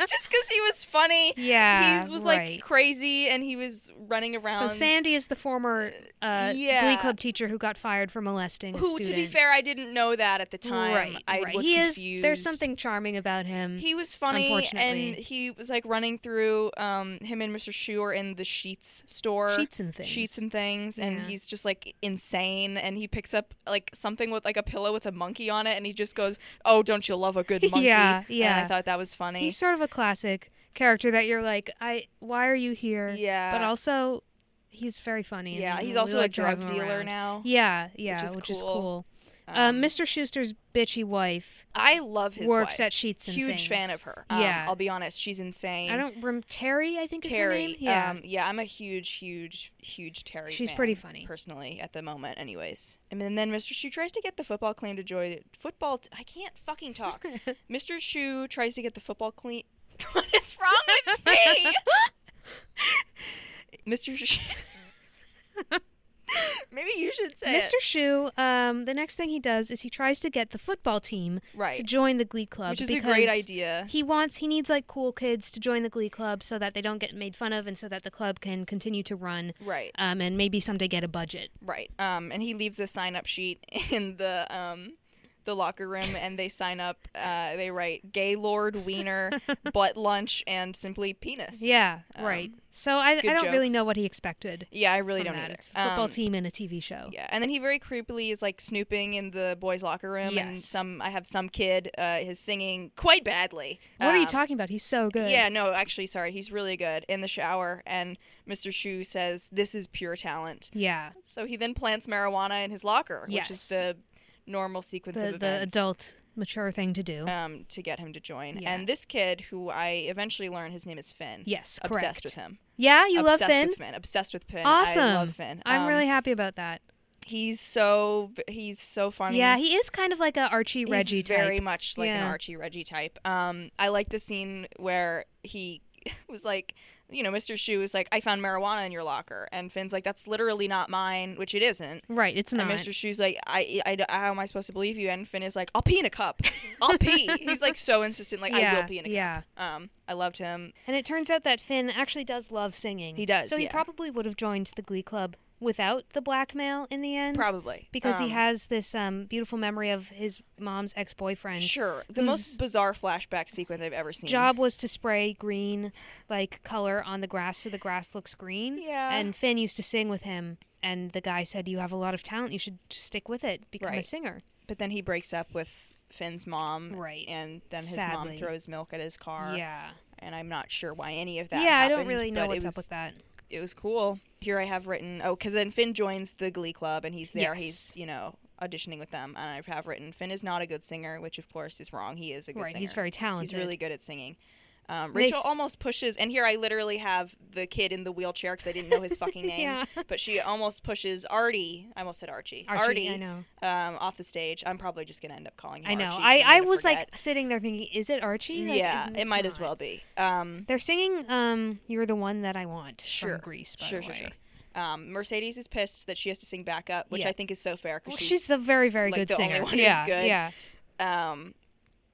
[SPEAKER 2] just because he was funny.
[SPEAKER 1] Yeah,
[SPEAKER 2] he was
[SPEAKER 1] right.
[SPEAKER 2] like crazy, and he was running (laughs)
[SPEAKER 1] So
[SPEAKER 2] around.
[SPEAKER 1] Sandy is the former uh, Glee
[SPEAKER 2] yeah.
[SPEAKER 1] Club teacher who got fired for molesting. a
[SPEAKER 2] who, to be
[SPEAKER 1] student.
[SPEAKER 2] fair, I didn't know that at the time.
[SPEAKER 1] right?
[SPEAKER 2] I
[SPEAKER 1] right.
[SPEAKER 2] was
[SPEAKER 1] he
[SPEAKER 2] confused.
[SPEAKER 1] is. There's something charming about him.
[SPEAKER 2] He was funny, and
[SPEAKER 1] Unfortunately.
[SPEAKER 2] he was like running through. Um, him and Mr. Shu are in the sheets store.
[SPEAKER 1] Sheets and things.
[SPEAKER 2] Sheets and things, and
[SPEAKER 1] Yeah.
[SPEAKER 2] he's just like insane. And he picks up like something with like a pillow with a monkey on it, and he just goes, "Oh, don't you love a good
[SPEAKER 1] (laughs)
[SPEAKER 2] monkey?"
[SPEAKER 1] Yeah,
[SPEAKER 2] And
[SPEAKER 1] yeah.
[SPEAKER 2] I thought that was funny.
[SPEAKER 1] He's sort of a classic character that you're like, I. Why are you here?
[SPEAKER 2] Yeah.
[SPEAKER 1] But also, he's very funny. and
[SPEAKER 2] yeah,
[SPEAKER 1] we
[SPEAKER 2] he's also
[SPEAKER 1] like
[SPEAKER 2] a
[SPEAKER 1] drive
[SPEAKER 2] drug
[SPEAKER 1] him
[SPEAKER 2] dealer
[SPEAKER 1] around.
[SPEAKER 2] now.
[SPEAKER 1] Yeah, yeah, which
[SPEAKER 2] is
[SPEAKER 1] is
[SPEAKER 2] cool.
[SPEAKER 1] cool. Um, Mr. Schuster's bitchy wife
[SPEAKER 2] I love his
[SPEAKER 1] works
[SPEAKER 2] wife.
[SPEAKER 1] at Sheets and Things.
[SPEAKER 2] Huge fan of her. Um,
[SPEAKER 1] Yeah.
[SPEAKER 2] I'll be honest, she's insane.
[SPEAKER 1] I don't remember Terry. I think
[SPEAKER 2] Terry.
[SPEAKER 1] is her name. Yeah,
[SPEAKER 2] Um, yeah, I'm a huge, huge, huge Terry.
[SPEAKER 1] She's
[SPEAKER 2] fan,
[SPEAKER 1] pretty funny.
[SPEAKER 2] personally at the moment. Anyways, and then, then Mr. Shu tries to get the football claim to joy. Football. T- I can't
[SPEAKER 1] (laughs)
[SPEAKER 2] fucking talk. Mr. Shu tries to get the football clean. (laughs) what is wrong
[SPEAKER 1] (laughs)
[SPEAKER 2] with me? Mr. Shu. (laughs) Maybe you should say
[SPEAKER 1] Mr.
[SPEAKER 2] it.
[SPEAKER 1] Shu. Um, the next thing he does is he tries to get the football team to
[SPEAKER 2] Right.
[SPEAKER 1] join the Glee Club,
[SPEAKER 2] Which is a great
[SPEAKER 1] because
[SPEAKER 2] idea.
[SPEAKER 1] He wants he needs like cool kids to join the Glee Club so that they don't get made fun of and so that the club can continue to run.
[SPEAKER 2] Right.
[SPEAKER 1] Um, and maybe someday get a budget.
[SPEAKER 2] Right. Um, and he leaves a sign up sheet (laughs) in the um, the locker room, and they sign up. Uh, they write Gaylord Wiener,
[SPEAKER 1] (laughs)
[SPEAKER 2] butt lunch, and simply penis.
[SPEAKER 1] Yeah, right.
[SPEAKER 2] Um,
[SPEAKER 1] So I, I
[SPEAKER 2] good
[SPEAKER 1] don't really
[SPEAKER 2] jokes.
[SPEAKER 1] know what he expected.
[SPEAKER 2] Yeah, I really
[SPEAKER 1] from
[SPEAKER 2] don't
[SPEAKER 1] that.
[SPEAKER 2] either.
[SPEAKER 1] It's a football
[SPEAKER 2] Um,
[SPEAKER 1] team and a TV show.
[SPEAKER 2] Yeah, and then he very creepily is like snooping in the boys' locker room, and
[SPEAKER 1] Yes.
[SPEAKER 2] some I have some kid uh, is singing quite badly.
[SPEAKER 1] What are you
[SPEAKER 2] Um,
[SPEAKER 1] talking about? He's so good.
[SPEAKER 2] Yeah, no, actually, sorry, he's really good in the shower, and Mr. Shu says this is pure talent.
[SPEAKER 1] Yeah.
[SPEAKER 2] So he then plants marijuana in his locker, which
[SPEAKER 1] Yes.
[SPEAKER 2] is the normal sequence of
[SPEAKER 1] The, the
[SPEAKER 2] events.
[SPEAKER 1] adult mature thing to do.
[SPEAKER 2] um, to get him to join.
[SPEAKER 1] Yeah.
[SPEAKER 2] And this kid, who I eventually learned his name is Finn.
[SPEAKER 1] Yes, correct.
[SPEAKER 2] obsessed with him.
[SPEAKER 1] yeah, you love
[SPEAKER 2] obsessed
[SPEAKER 1] Finn.
[SPEAKER 2] With Finn. Obsessed with Finn.
[SPEAKER 1] Awesome.
[SPEAKER 2] I love Finn.
[SPEAKER 1] I'm
[SPEAKER 2] Um,
[SPEAKER 1] really happy about that.
[SPEAKER 2] He's so he's so funny.
[SPEAKER 1] Yeah, he is kind of like a Archie
[SPEAKER 2] He's
[SPEAKER 1] Reggie type.
[SPEAKER 2] very much like an
[SPEAKER 1] Yeah.
[SPEAKER 2] Archie Reggie type. Um, I like the scene where he (laughs) was like, you know, Mr. Shu was like, "I found marijuana in your locker," and Finn's like, "That's literally not mine," which it isn't.
[SPEAKER 1] Right, it's not.
[SPEAKER 2] And Mr. Shu's like, I, e, I, I- how am I supposed to believe you? And Finn is like, I'll pee in a cup.
[SPEAKER 1] (laughs)
[SPEAKER 2] I'll pee. He's like so insistent, like
[SPEAKER 1] yeah,
[SPEAKER 2] I will pee in a
[SPEAKER 1] yeah.
[SPEAKER 2] cup. Um, I loved him.
[SPEAKER 1] And it turns out that Finn actually does love singing.
[SPEAKER 2] He does,
[SPEAKER 1] So he
[SPEAKER 2] yeah.
[SPEAKER 1] probably would have joined the Glee Club without the blackmail in the end.
[SPEAKER 2] Probably
[SPEAKER 1] Because
[SPEAKER 2] Um,
[SPEAKER 1] he has this um, beautiful memory of his mom's ex boyfriend.
[SPEAKER 2] sure the most bizarre flashback sequence I've ever seen.
[SPEAKER 1] Job was to spray green, like color on the grass, so the grass looks green.
[SPEAKER 2] Yeah.
[SPEAKER 1] And Finn used to sing with him, and the guy said, "You have a lot of talent. You should just stick with it. Become a
[SPEAKER 2] Right.
[SPEAKER 1] singer."
[SPEAKER 2] But then he breaks up with Finn's mom,
[SPEAKER 1] Right.
[SPEAKER 2] And then his
[SPEAKER 1] Sadly.
[SPEAKER 2] mom throws milk at his car.
[SPEAKER 1] yeah.
[SPEAKER 2] And I'm not sure why any of that.
[SPEAKER 1] yeah, I don't
[SPEAKER 2] happened,
[SPEAKER 1] really know
[SPEAKER 2] but
[SPEAKER 1] what's
[SPEAKER 2] it
[SPEAKER 1] up
[SPEAKER 2] was,
[SPEAKER 1] with that.
[SPEAKER 2] It was cool. Here I have written. Oh, because then Finn joins the Glee Club and he's there.
[SPEAKER 1] Yes.
[SPEAKER 2] He's you know auditioning with them, and I have written Finn is not a good singer, which of course is wrong. He is a good
[SPEAKER 1] Right,
[SPEAKER 2] singer.
[SPEAKER 1] he's very talented.
[SPEAKER 2] He's really good at singing. Um,
[SPEAKER 1] They
[SPEAKER 2] Rachel
[SPEAKER 1] s-
[SPEAKER 2] almost pushes, and here I literally have the kid in the wheelchair because I didn't know
[SPEAKER 1] (laughs)
[SPEAKER 2] his fucking name.
[SPEAKER 1] Yeah.
[SPEAKER 2] But she almost pushes Artie. I almost said Archie.
[SPEAKER 1] Archie, I know.
[SPEAKER 2] Um, off the stage. I'm probably just gonna end up calling him.
[SPEAKER 1] I know.
[SPEAKER 2] Archie, 'cause
[SPEAKER 1] I,
[SPEAKER 2] I'm
[SPEAKER 1] I
[SPEAKER 2] gonna
[SPEAKER 1] was
[SPEAKER 2] forget.
[SPEAKER 1] like sitting there thinking, is it Archie? Like,
[SPEAKER 2] yeah,
[SPEAKER 1] and
[SPEAKER 2] it
[SPEAKER 1] it's
[SPEAKER 2] might as
[SPEAKER 1] not.
[SPEAKER 2] well be. Um,
[SPEAKER 1] They're singing um You're the One That I Want
[SPEAKER 2] sure.
[SPEAKER 1] from Greece, by
[SPEAKER 2] sure,
[SPEAKER 1] the
[SPEAKER 2] sure,
[SPEAKER 1] way.
[SPEAKER 2] sure. Um, Mercedes is pissed that she has to sing back up, which
[SPEAKER 1] Yeah.
[SPEAKER 2] I think is so fair
[SPEAKER 1] Well,
[SPEAKER 2] because
[SPEAKER 1] she's, a very, very
[SPEAKER 2] like,
[SPEAKER 1] good
[SPEAKER 2] the only
[SPEAKER 1] singer.
[SPEAKER 2] one who's
[SPEAKER 1] yeah,
[SPEAKER 2] good.
[SPEAKER 1] yeah.
[SPEAKER 2] um,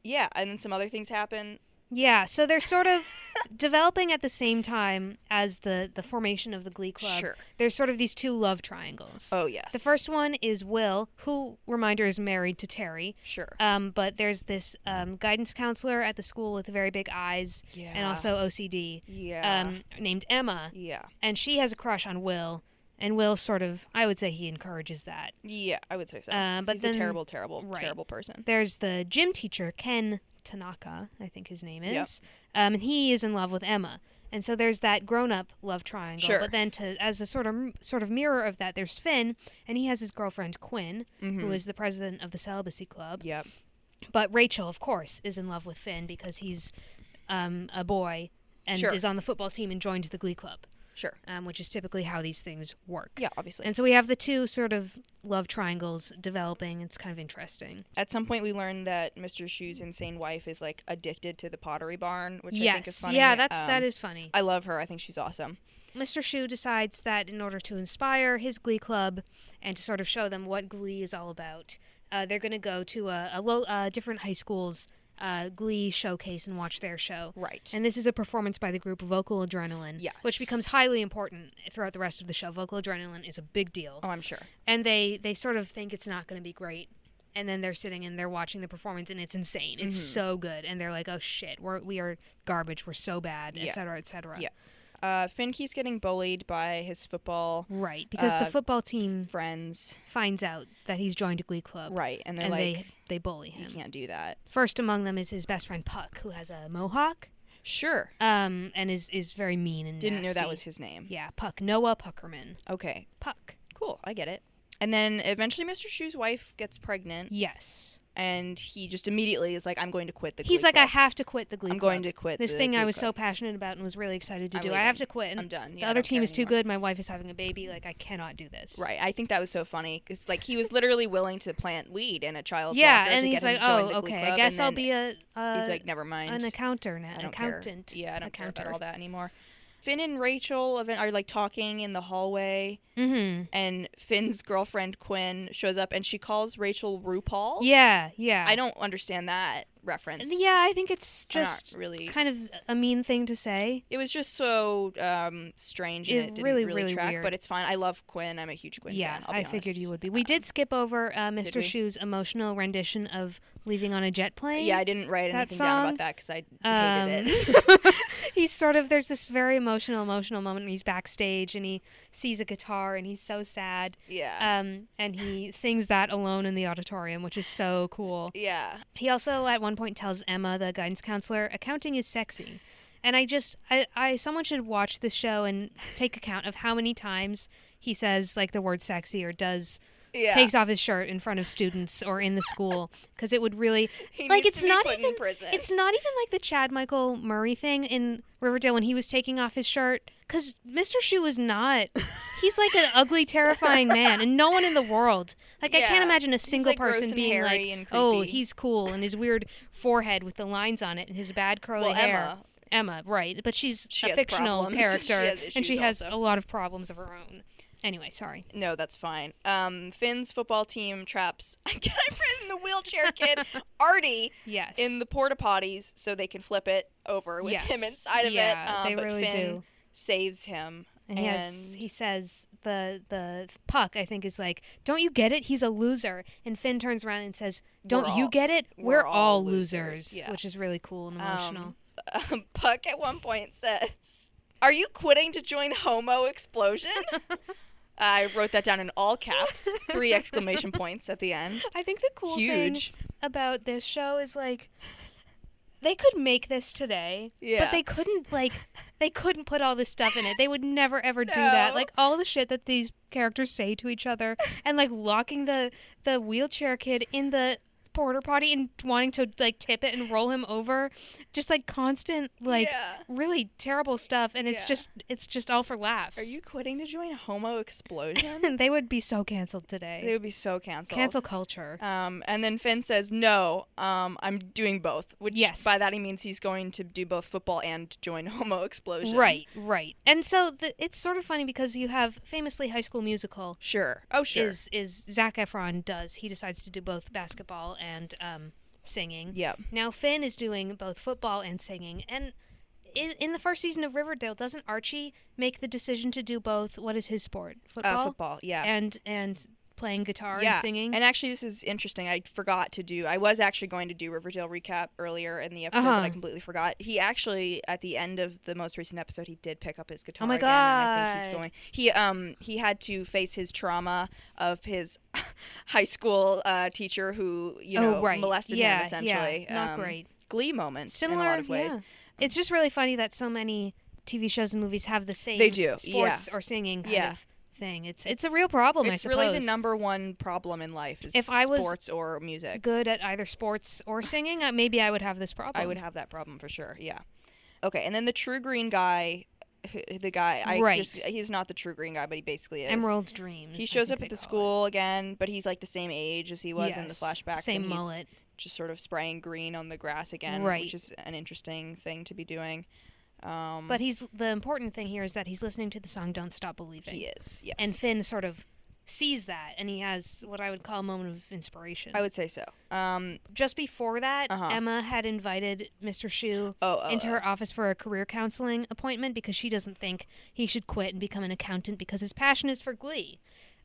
[SPEAKER 2] yeah, and then some other things happen.
[SPEAKER 1] Yeah, so they're sort of (laughs) developing at the same time as the the formation of the Glee Club.
[SPEAKER 2] Sure.
[SPEAKER 1] There's sort of these two love triangles.
[SPEAKER 2] Oh yes,
[SPEAKER 1] The first one is Will, who reminder is married to Terry.
[SPEAKER 2] sure.
[SPEAKER 1] Um, but there's this um, guidance counselor at the school with very big eyes and
[SPEAKER 2] Yeah.
[SPEAKER 1] also OCD
[SPEAKER 2] yeah,
[SPEAKER 1] um, named Emma,
[SPEAKER 2] yeah,
[SPEAKER 1] and she has a crush on Will, and Will sort of I would say he encourages that.
[SPEAKER 2] yeah. I would say so.
[SPEAKER 1] Uh,
[SPEAKER 2] 'Cause
[SPEAKER 1] but
[SPEAKER 2] he's
[SPEAKER 1] then-
[SPEAKER 2] a terrible, terrible,
[SPEAKER 1] right.
[SPEAKER 2] terrible person.
[SPEAKER 1] There's the gym teacher, Ken Tanaka, I think his name is. Um, and he is in love with Emma. And so there's that grown-up love triangle.
[SPEAKER 2] Sure.
[SPEAKER 1] But then to as a sort of sort of mirror of that, there's Finn, and he has his girlfriend Quinn,
[SPEAKER 2] Mm-hmm.
[SPEAKER 1] who is the president of the celibacy club.
[SPEAKER 2] Yep.
[SPEAKER 1] But Rachel, of course, is in love with Finn because he's um, a boy and
[SPEAKER 2] Sure.
[SPEAKER 1] is on the football team and joined the glee club,
[SPEAKER 2] Sure.
[SPEAKER 1] um, which is typically how these things work.
[SPEAKER 2] Yeah, obviously.
[SPEAKER 1] And so we have the two sort of love triangles developing. It's kind of interesting.
[SPEAKER 2] At some point, we learned that Mr. Shu's insane wife is like addicted to the Pottery Barn, which
[SPEAKER 1] yes.
[SPEAKER 2] I think is funny.
[SPEAKER 1] Yeah, that's that
[SPEAKER 2] Um,
[SPEAKER 1] is funny.
[SPEAKER 2] I love her. I think she's awesome.
[SPEAKER 1] Mr. Shu decides that in order to inspire his glee club and to sort of show them what glee is all about, uh, they're going to go to a, a, lo- uh, different high schools uh, Glee showcase and watch their show.
[SPEAKER 2] Right.
[SPEAKER 1] And this is a performance by the group Vocal Adrenaline,
[SPEAKER 2] Yes.
[SPEAKER 1] which becomes highly important throughout the rest of the show. Vocal Adrenaline is a big deal.
[SPEAKER 2] oh, I'm sure.
[SPEAKER 1] And they, they sort of think it's not going to be great. And then they're sitting and they're watching the performance, and it's insane. It's
[SPEAKER 2] Mm-hmm.
[SPEAKER 1] so good. And they're like, oh shit, we're, we are garbage. We're so bad,
[SPEAKER 2] Yeah.
[SPEAKER 1] et cetera, et cetera.
[SPEAKER 2] Yeah. Uh, Finn keeps getting bullied by his football
[SPEAKER 1] Right. Because the
[SPEAKER 2] Uh,
[SPEAKER 1] football team
[SPEAKER 2] friends.
[SPEAKER 1] finds out that he's joined a glee club.
[SPEAKER 2] Right. And they're
[SPEAKER 1] And
[SPEAKER 2] like,
[SPEAKER 1] they, they bully
[SPEAKER 2] you
[SPEAKER 1] him.
[SPEAKER 2] can't do that.
[SPEAKER 1] First among them is his best friend Puck, who has a mohawk,
[SPEAKER 2] Sure.
[SPEAKER 1] um, and is is very mean and
[SPEAKER 2] Didn't know that
[SPEAKER 1] nasty.
[SPEAKER 2] was his name.
[SPEAKER 1] Yeah, Puck Noah Puckerman.
[SPEAKER 2] Okay.
[SPEAKER 1] Puck.
[SPEAKER 2] Cool. I get it. And then eventually Mr. Shoe's wife gets pregnant
[SPEAKER 1] Yes,
[SPEAKER 2] and he just immediately is like, I'm going to quit the
[SPEAKER 1] he's
[SPEAKER 2] Glee
[SPEAKER 1] like, I
[SPEAKER 2] Club.
[SPEAKER 1] have to quit the Glee.
[SPEAKER 2] I'm
[SPEAKER 1] Club.
[SPEAKER 2] going to quit
[SPEAKER 1] this
[SPEAKER 2] the
[SPEAKER 1] thing I
[SPEAKER 2] Glee
[SPEAKER 1] was so
[SPEAKER 2] Club."
[SPEAKER 1] passionate about and was really excited to
[SPEAKER 2] I'm
[SPEAKER 1] do. I
[SPEAKER 2] leaving.
[SPEAKER 1] have to quit. And
[SPEAKER 2] I'm done. Yeah,
[SPEAKER 1] the
[SPEAKER 2] I
[SPEAKER 1] other
[SPEAKER 2] don't
[SPEAKER 1] team
[SPEAKER 2] care
[SPEAKER 1] is too
[SPEAKER 2] anymore.
[SPEAKER 1] good. My wife is having a baby. Like I cannot do this.
[SPEAKER 2] Right. I think that was so funny because like he was literally willing to plant weed in a child
[SPEAKER 1] Yeah,
[SPEAKER 2] locker
[SPEAKER 1] and
[SPEAKER 2] to
[SPEAKER 1] he's
[SPEAKER 2] get him
[SPEAKER 1] like,
[SPEAKER 2] to
[SPEAKER 1] oh,
[SPEAKER 2] join the Glee
[SPEAKER 1] okay,
[SPEAKER 2] Club,
[SPEAKER 1] I guess
[SPEAKER 2] and
[SPEAKER 1] I'll
[SPEAKER 2] then
[SPEAKER 1] be a. Uh,
[SPEAKER 2] He's like, never mind.
[SPEAKER 1] an accountant.
[SPEAKER 2] I don't
[SPEAKER 1] accountant.
[SPEAKER 2] Care. Yeah, I don't
[SPEAKER 1] accountant.
[SPEAKER 2] care about all that anymore. Finn and Rachel even- are like talking in the hallway,
[SPEAKER 1] Mm-hmm.
[SPEAKER 2] and Finn's girlfriend Quinn shows up, and she calls Rachel RuPaul.
[SPEAKER 1] Yeah, yeah.
[SPEAKER 2] I don't understand that reference.
[SPEAKER 1] Yeah, I think it's
[SPEAKER 2] I'm not
[SPEAKER 1] just
[SPEAKER 2] really-
[SPEAKER 1] kind of a mean thing to say.
[SPEAKER 2] it was just so um, strange, and
[SPEAKER 1] It
[SPEAKER 2] it, didn't
[SPEAKER 1] really,
[SPEAKER 2] really,
[SPEAKER 1] really
[SPEAKER 2] track.
[SPEAKER 1] weird.
[SPEAKER 2] But it's fine. I love Quinn. I'm a huge Quinn
[SPEAKER 1] yeah,
[SPEAKER 2] fan. I'll be
[SPEAKER 1] I figured
[SPEAKER 2] honest.
[SPEAKER 1] you would be. We did skip over uh, Mr.
[SPEAKER 2] we?
[SPEAKER 1] Shu's emotional rendition of "Leaving on a Jet Plane."
[SPEAKER 2] Yeah, I didn't write
[SPEAKER 1] That
[SPEAKER 2] anything down
[SPEAKER 1] song,
[SPEAKER 2] about that because I hated
[SPEAKER 1] (laughs)
[SPEAKER 2] it. (laughs)
[SPEAKER 1] Um, he's sort of there's this very emotional, emotional moment. When he's backstage and he sees a guitar and he's so sad.
[SPEAKER 2] yeah.
[SPEAKER 1] Um, and he sings that alone in the auditorium, which is so cool.
[SPEAKER 2] yeah.
[SPEAKER 1] He also at one point tells Emma, the guidance counselor, accounting is sexy. And I just I, I someone should watch this show and take account of how many times he says like the word sexy or does
[SPEAKER 2] Yeah.
[SPEAKER 1] takes off his shirt in front of students or in the
[SPEAKER 2] (laughs)
[SPEAKER 1] school because it would really
[SPEAKER 2] He
[SPEAKER 1] like
[SPEAKER 2] needs
[SPEAKER 1] it's
[SPEAKER 2] to be
[SPEAKER 1] not
[SPEAKER 2] put in
[SPEAKER 1] even
[SPEAKER 2] prison.
[SPEAKER 1] it's not even like the Chad Michael Murray thing in Riverdale when he was taking off his shirt because Mr. Shu is not he's like an ugly terrifying man and no one in the world like I
[SPEAKER 2] Yeah.
[SPEAKER 1] can't imagine a
[SPEAKER 2] He's,
[SPEAKER 1] single
[SPEAKER 2] like, gross
[SPEAKER 1] person
[SPEAKER 2] and
[SPEAKER 1] being like
[SPEAKER 2] hairy and
[SPEAKER 1] oh
[SPEAKER 2] creepy."
[SPEAKER 1] he's cool and his weird forehead with the lines on it and his bad curly
[SPEAKER 2] Well,
[SPEAKER 1] hair
[SPEAKER 2] Emma.
[SPEAKER 1] Emma, right but she's
[SPEAKER 2] She
[SPEAKER 1] a
[SPEAKER 2] has
[SPEAKER 1] fictional
[SPEAKER 2] problems. (laughs) She
[SPEAKER 1] character
[SPEAKER 2] has
[SPEAKER 1] and she
[SPEAKER 2] issues
[SPEAKER 1] has
[SPEAKER 2] also.
[SPEAKER 1] a lot of problems of her own anyway sorry
[SPEAKER 2] No, that's fine. Um, Finn's football team traps. (laughs) I can't in the wheelchair
[SPEAKER 1] (laughs)
[SPEAKER 2] kid Artie
[SPEAKER 1] yes
[SPEAKER 2] in the porta potties so they can flip it over with
[SPEAKER 1] Yes.
[SPEAKER 2] him inside of
[SPEAKER 1] Yeah,
[SPEAKER 2] it. Um,
[SPEAKER 1] they
[SPEAKER 2] but
[SPEAKER 1] really
[SPEAKER 2] Finn
[SPEAKER 1] do.
[SPEAKER 2] saves him.
[SPEAKER 1] And he, has, he says the the puck I think is like, "Don't you get it? He's a loser." And Finn turns around and says, "Don't
[SPEAKER 2] We're
[SPEAKER 1] you
[SPEAKER 2] all-
[SPEAKER 1] get it? We're,
[SPEAKER 2] we're
[SPEAKER 1] all,
[SPEAKER 2] all
[SPEAKER 1] losers,"
[SPEAKER 2] losers, yeah.
[SPEAKER 1] which is really cool and
[SPEAKER 2] um, (laughs)
[SPEAKER 1] emotional.
[SPEAKER 2] Puck at one point says, "Are you quitting to join Homo Explosion?"
[SPEAKER 1] (laughs)
[SPEAKER 2] I wrote that down in all caps,
[SPEAKER 1] (laughs)
[SPEAKER 2] three exclamation points at the end.
[SPEAKER 1] I think the cool
[SPEAKER 2] Huge.
[SPEAKER 1] thing about this show is like they could make this today, but
[SPEAKER 2] Yeah.
[SPEAKER 1] they couldn't like they couldn't put all this stuff in it. They would never ever do that.
[SPEAKER 2] No.
[SPEAKER 1] Like all the shit that these characters say to each other
[SPEAKER 2] (laughs)
[SPEAKER 1] and like locking the the wheelchair kid in the porter potty and wanting to like tip it and roll him over. Just like constant like
[SPEAKER 2] Yeah.
[SPEAKER 1] really terrible stuff and it's
[SPEAKER 2] Yeah.
[SPEAKER 1] just it's just all for laughs.
[SPEAKER 2] Are you quitting to join Homo
[SPEAKER 1] (laughs)
[SPEAKER 2] Explosion?
[SPEAKER 1] they would be so canceled today.
[SPEAKER 2] they would be so canceled.
[SPEAKER 1] Cancel culture.
[SPEAKER 2] Um, and then Finn says, "No, um, I'm doing both." Which,
[SPEAKER 1] Yes.
[SPEAKER 2] by that he means he's going to do both football and join Homo Explosion.
[SPEAKER 1] Right, right. And so the, it's sort of funny because you have famously High School Musical
[SPEAKER 2] Sure. Oh, sure.
[SPEAKER 1] is is Zac Efron does he decides to do both basketball and um, singing.
[SPEAKER 2] Yep.
[SPEAKER 1] Now Finn is doing both football and singing, and in, in the first season of Riverdale, doesn't Archie make the decision to do both? What is his sport? Football.
[SPEAKER 2] Uh, football. Yeah.
[SPEAKER 1] And and playing guitar
[SPEAKER 2] yeah.
[SPEAKER 1] and singing.
[SPEAKER 2] And actually, this is interesting. I forgot to do. I was actually going to do Riverdale recap earlier in the episode, but
[SPEAKER 1] Uh-huh.
[SPEAKER 2] I completely forgot. He actually, at the end of the most recent episode, he did pick up his guitar.
[SPEAKER 1] Oh my
[SPEAKER 2] again, And I think he's
[SPEAKER 1] God.
[SPEAKER 2] going. He um he had to face his trauma of his (laughs) high school uh, teacher who you
[SPEAKER 1] Oh,
[SPEAKER 2] know
[SPEAKER 1] right.
[SPEAKER 2] molested
[SPEAKER 1] Yeah,
[SPEAKER 2] him
[SPEAKER 1] yeah.
[SPEAKER 2] essentially.
[SPEAKER 1] Not
[SPEAKER 2] Um,
[SPEAKER 1] great.
[SPEAKER 2] Glee moment
[SPEAKER 1] Similar.
[SPEAKER 2] in a lot of ways.
[SPEAKER 1] yeah. It's just really funny that so many TV shows and movies have the same.
[SPEAKER 2] They do, yeah.
[SPEAKER 1] Sports or singing kind
[SPEAKER 2] Yeah.
[SPEAKER 1] of thing. It's, it's a real problem. I
[SPEAKER 2] It's
[SPEAKER 1] suppose.
[SPEAKER 2] really the number one problem in life is
[SPEAKER 1] If I was
[SPEAKER 2] sports or music.
[SPEAKER 1] good at either sports or singing, uh, maybe I would have this problem.
[SPEAKER 2] I would have that problem for sure. Yeah. Okay, and then the true green guy, who- the guy, I
[SPEAKER 1] Right.
[SPEAKER 2] just, he's not the true green guy, but he basically is.
[SPEAKER 1] Emerald Dreams.
[SPEAKER 2] He
[SPEAKER 1] I
[SPEAKER 2] shows
[SPEAKER 1] think
[SPEAKER 2] up at
[SPEAKER 1] they
[SPEAKER 2] the
[SPEAKER 1] call
[SPEAKER 2] school again, but he's like the same age as he was in the
[SPEAKER 1] Yes,
[SPEAKER 2] flashbacks.
[SPEAKER 1] same
[SPEAKER 2] and he's
[SPEAKER 1] mullet.
[SPEAKER 2] Just sort of spraying green on the grass again,
[SPEAKER 1] Right.
[SPEAKER 2] which is an interesting thing to be doing. Um,
[SPEAKER 1] it.
[SPEAKER 2] mm.
[SPEAKER 1] But he's the important thing here is that he's listening to the song "Don't Stop Believing,"
[SPEAKER 2] He is, yes.
[SPEAKER 1] and Finn sort of sees that and he has what I would call a moment of inspiration.
[SPEAKER 2] I would say so. Um,
[SPEAKER 1] Just before that,
[SPEAKER 2] Uh-huh.
[SPEAKER 1] Emma had invited Mr. Shu
[SPEAKER 2] oh, oh,
[SPEAKER 1] into
[SPEAKER 2] oh.
[SPEAKER 1] her office for a career counseling appointment because she doesn't think he should quit and become an accountant because his passion is for Glee.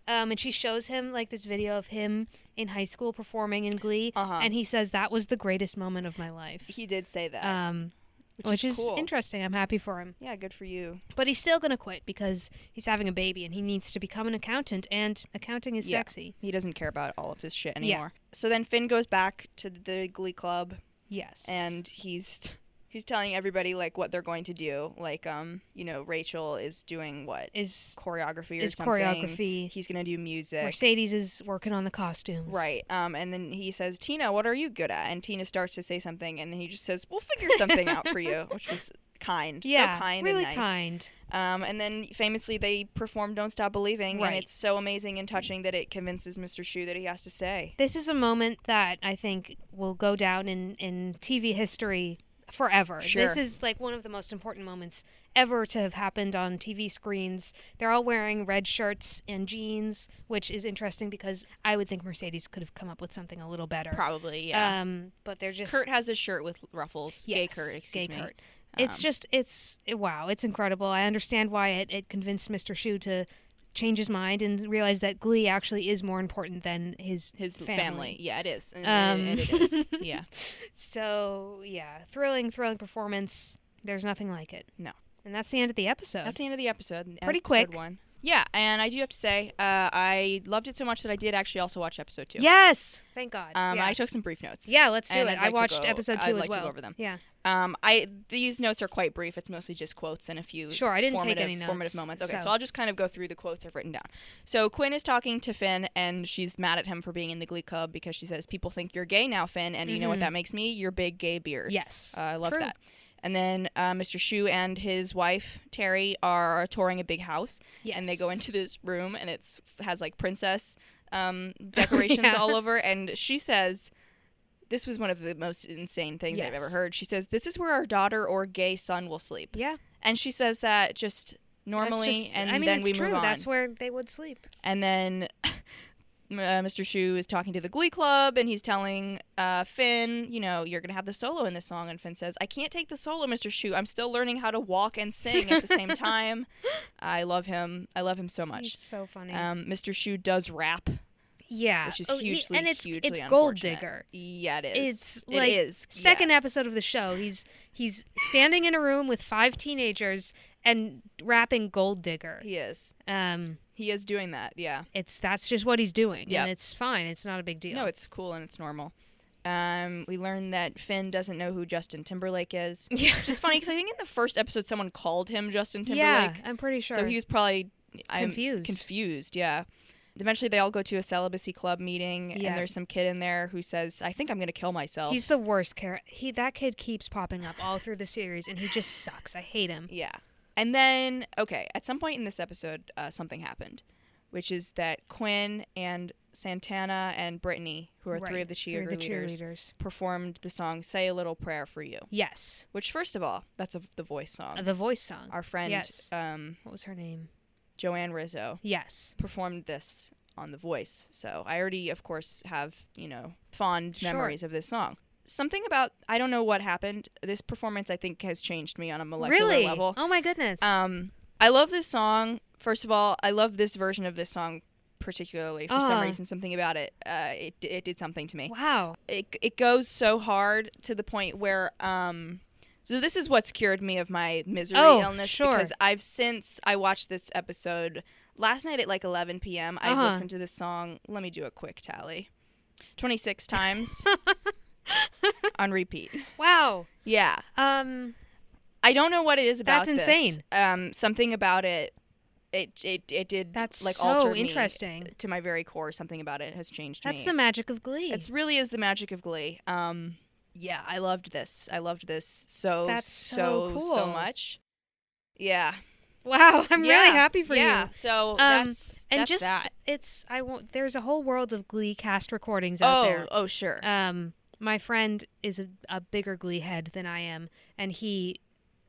[SPEAKER 1] Um, and she shows him like this video of him in high school performing in Glee,
[SPEAKER 2] Uh-huh.
[SPEAKER 1] and he says that was the greatest moment of my life.
[SPEAKER 2] He did say that,
[SPEAKER 1] Um,
[SPEAKER 2] which,
[SPEAKER 1] which, is,
[SPEAKER 2] is, cool.
[SPEAKER 1] interesting. I'm happy for him,
[SPEAKER 2] Yeah, good for you.
[SPEAKER 1] but he's still gonna quit because he's having a baby and he needs to become an accountant, and accounting is
[SPEAKER 2] Yeah.
[SPEAKER 1] sexy.
[SPEAKER 2] He doesn't care about all of this shit
[SPEAKER 1] Yeah.
[SPEAKER 2] anymore. So then Finn goes back to the Glee Club
[SPEAKER 1] Yes,
[SPEAKER 2] and he's he's telling everybody like what they're going to do. Like um, you know, Rachel is doing what
[SPEAKER 1] is
[SPEAKER 2] choreography or
[SPEAKER 1] is
[SPEAKER 2] something.
[SPEAKER 1] choreography.
[SPEAKER 2] He's gonna do music.
[SPEAKER 1] Mercedes is working on the costumes.
[SPEAKER 2] Right. Um, and then he says, Tina, what are you good at? And Tina starts to say something, and then he just says, We'll figure something out for you, which was kind.
[SPEAKER 1] Yeah.
[SPEAKER 2] So kind
[SPEAKER 1] really
[SPEAKER 2] and nice.
[SPEAKER 1] kind.
[SPEAKER 2] Um, and then famously, they perform Don't Stop Believing, and
[SPEAKER 1] Right.
[SPEAKER 2] it's so amazing and touching that it convinces Mr. Shu that he has to stay.
[SPEAKER 1] This is a moment that I think will go down in, in TV history forever.
[SPEAKER 2] Sure.
[SPEAKER 1] This is like one of the most important moments ever to have happened on TV screens. They're all wearing red shirts and jeans, which is interesting because I would think Mercedes could have come up with something a little better.
[SPEAKER 2] Probably,
[SPEAKER 1] Um, but they're just
[SPEAKER 5] Kurt has a shirt with ruffles. gay
[SPEAKER 1] Yes,
[SPEAKER 5] Kurt, excuse
[SPEAKER 1] gay
[SPEAKER 5] me.
[SPEAKER 1] Kurt. It's
[SPEAKER 5] Um,
[SPEAKER 1] just it's it- wow, it's incredible. I understand why it, it convinced Mr. Shu to change his mind and realize that Glee actually is more important than his
[SPEAKER 5] His family.
[SPEAKER 1] family.
[SPEAKER 5] Yeah, it is. And,
[SPEAKER 2] Um,
[SPEAKER 5] and- and it
[SPEAKER 2] (laughs)
[SPEAKER 5] is. Yeah.
[SPEAKER 1] So yeah, thrilling, thrilling performance. There's nothing like it.
[SPEAKER 2] No.
[SPEAKER 1] And that's the end of the episode.
[SPEAKER 2] That's the end of the episode.
[SPEAKER 1] Pretty
[SPEAKER 2] episode
[SPEAKER 1] quick.
[SPEAKER 2] One.
[SPEAKER 5] Yeah, and I do have to say, uh, I loved it so much that I did actually also watch episode two.
[SPEAKER 1] yes. Thank God.
[SPEAKER 2] Um,
[SPEAKER 1] yeah.
[SPEAKER 2] I took some brief notes.
[SPEAKER 1] yeah, let's do
[SPEAKER 2] and
[SPEAKER 1] it.
[SPEAKER 2] I'd
[SPEAKER 1] I
[SPEAKER 2] like to
[SPEAKER 1] watched
[SPEAKER 2] go-
[SPEAKER 1] episode 2
[SPEAKER 2] I'd
[SPEAKER 1] as
[SPEAKER 2] like to
[SPEAKER 1] well.
[SPEAKER 2] go over them.
[SPEAKER 1] Yeah.
[SPEAKER 2] Um, I these notes are quite brief. It's mostly just quotes and a few
[SPEAKER 1] Sure, I didn't take
[SPEAKER 2] formative,
[SPEAKER 1] any notes,
[SPEAKER 2] formative moments. Okay, so.
[SPEAKER 1] so-
[SPEAKER 2] I'll just kind of go through the quotes I've written down. So Quinn is talking to Finn, and she's mad at him for being in the Glee Club because she says people think you're gay now, Finn, and you know what
[SPEAKER 1] Mhm.
[SPEAKER 2] that makes me? Your big gay beard.
[SPEAKER 1] Yes.
[SPEAKER 2] Uh, I love
[SPEAKER 1] True.
[SPEAKER 2] that. And then uh, Mr. Shu and his wife Terry are touring a big house,
[SPEAKER 1] yes.
[SPEAKER 2] and they go into this room, and it's has like princess
[SPEAKER 1] (laughs)
[SPEAKER 2] um, decorations
[SPEAKER 1] Yeah.
[SPEAKER 2] all over. And she says, "This was one of the most insane things I've
[SPEAKER 1] Yes.
[SPEAKER 2] ever heard." She says, "This is where our daughter or gay son will sleep,"
[SPEAKER 1] Yeah.
[SPEAKER 2] and she says that just
[SPEAKER 1] that's
[SPEAKER 2] normally,
[SPEAKER 1] just-
[SPEAKER 2] and
[SPEAKER 1] I mean,
[SPEAKER 2] then
[SPEAKER 1] it's
[SPEAKER 2] we
[SPEAKER 1] true.
[SPEAKER 2] move on.
[SPEAKER 1] That's where they would sleep.
[SPEAKER 2] And then (laughs) uh, Mr. Shu is talking to the Glee Club, and he's telling uh, Finn, you know, you're gonna have the solo in this song. And Finn says, "I can't take the solo, Mr. Shu. I'm still learning how to walk and sing at
[SPEAKER 1] (laughs)
[SPEAKER 2] the same time." I love him. I love him so much.
[SPEAKER 1] It's so funny.
[SPEAKER 2] Um, Mr. Shu does rap,
[SPEAKER 1] yeah.
[SPEAKER 2] which is
[SPEAKER 1] Oh, he-
[SPEAKER 2] hugely,
[SPEAKER 1] and it's,
[SPEAKER 2] hugely
[SPEAKER 1] it's Gold
[SPEAKER 2] unfortunate.
[SPEAKER 1] Digger.
[SPEAKER 2] Yeah, it is.
[SPEAKER 1] It's
[SPEAKER 2] It
[SPEAKER 1] like
[SPEAKER 2] is. Yeah.
[SPEAKER 1] second episode of the show. He's he's standing in a room with five teenagers and rapping Gold Digger.
[SPEAKER 2] He is.
[SPEAKER 1] Um,
[SPEAKER 2] He is doing that. Yeah.
[SPEAKER 1] it's that's just what he's doing,
[SPEAKER 2] Yep.
[SPEAKER 1] and it's fine. It's not a big deal.
[SPEAKER 2] No, it's cool and it's normal. Um, we learned that Finn doesn't know who Justin Timberlake is.
[SPEAKER 1] (laughs) yeah,
[SPEAKER 2] Which is funny because I think in the first episode someone called him Justin
[SPEAKER 1] yeah.
[SPEAKER 2] Timberlake.
[SPEAKER 1] I'm pretty sure.
[SPEAKER 2] So he was probably I'm
[SPEAKER 1] Confused.
[SPEAKER 2] Confused, yeah. Eventually they all go to a celibacy club meeting
[SPEAKER 1] Yeah.
[SPEAKER 2] and there's some kid in there who says, I think I'm gonna kill myself.
[SPEAKER 1] He's the worst character. He that kid keeps popping up all through the series, and he just sucks. I hate him.
[SPEAKER 2] yeah. And then okay, at some point in this episode, uh, something happened, which is that Quinn and Santana and Brittany, who are three
[SPEAKER 1] Right,
[SPEAKER 2] of the
[SPEAKER 1] three of
[SPEAKER 2] cheerleaders,
[SPEAKER 1] the cheerleaders.
[SPEAKER 2] performed the song "Say a Little Prayer for You,"
[SPEAKER 1] Yes,
[SPEAKER 2] which, first of all, that's a, the voice song.
[SPEAKER 1] Uh, the voice song.
[SPEAKER 2] Um, Our friend
[SPEAKER 1] Yes.
[SPEAKER 2] um,
[SPEAKER 1] what was her name?
[SPEAKER 2] Joanne Rizzo
[SPEAKER 1] Yes.
[SPEAKER 2] performed this on The Voice. So I already, of course, have, you know, fond
[SPEAKER 1] Sure.
[SPEAKER 2] memories of this song. Something about, I don't know what happened. This performance, I think, has changed me on a molecular
[SPEAKER 1] really?
[SPEAKER 2] level.
[SPEAKER 1] Oh my goodness.
[SPEAKER 2] Um, I love this song. First of all, I love this version of this song particularly for some
[SPEAKER 1] Ah.
[SPEAKER 2] reason something about it uh it, it did something to me
[SPEAKER 1] wow.
[SPEAKER 2] it, it goes so hard to the point where um so this is what's cured me of my misery
[SPEAKER 1] Oh,
[SPEAKER 2] illness
[SPEAKER 1] sure.
[SPEAKER 2] because I've since I watched this episode last night at like 11 p.m. I
[SPEAKER 1] Uh-huh.
[SPEAKER 2] listened to this song. Let me do a quick tally.
[SPEAKER 1] (laughs)
[SPEAKER 2] 26 times on repeat.
[SPEAKER 1] Wow.
[SPEAKER 2] Yeah.
[SPEAKER 1] Um.
[SPEAKER 2] I don't know what it is about
[SPEAKER 1] That's
[SPEAKER 2] this.
[SPEAKER 1] insane.
[SPEAKER 2] Um something about it it it, it did
[SPEAKER 1] That's
[SPEAKER 2] like
[SPEAKER 1] so
[SPEAKER 2] alter me
[SPEAKER 1] interesting.
[SPEAKER 2] to my very core. Something about it has changed me.
[SPEAKER 1] That's the magic of Glee.
[SPEAKER 2] It's (laughs) really is the magic of Glee. Um, yeah, I loved this. I loved this so
[SPEAKER 1] That's
[SPEAKER 2] so
[SPEAKER 1] so
[SPEAKER 2] so
[SPEAKER 1] cool.
[SPEAKER 2] much. Yeah,
[SPEAKER 1] wow. I'm
[SPEAKER 2] Yeah,
[SPEAKER 1] really happy for
[SPEAKER 2] yeah.
[SPEAKER 1] you.
[SPEAKER 2] So
[SPEAKER 1] Um,
[SPEAKER 2] Oh, that's
[SPEAKER 1] and
[SPEAKER 2] that's
[SPEAKER 1] just
[SPEAKER 2] that.
[SPEAKER 1] it's I won't. There's a whole world of Glee cast recordings out
[SPEAKER 2] Oh,
[SPEAKER 1] there. Uh,
[SPEAKER 2] oh, sure.
[SPEAKER 1] Um, my friend is a, a bigger Glee head than I am, and he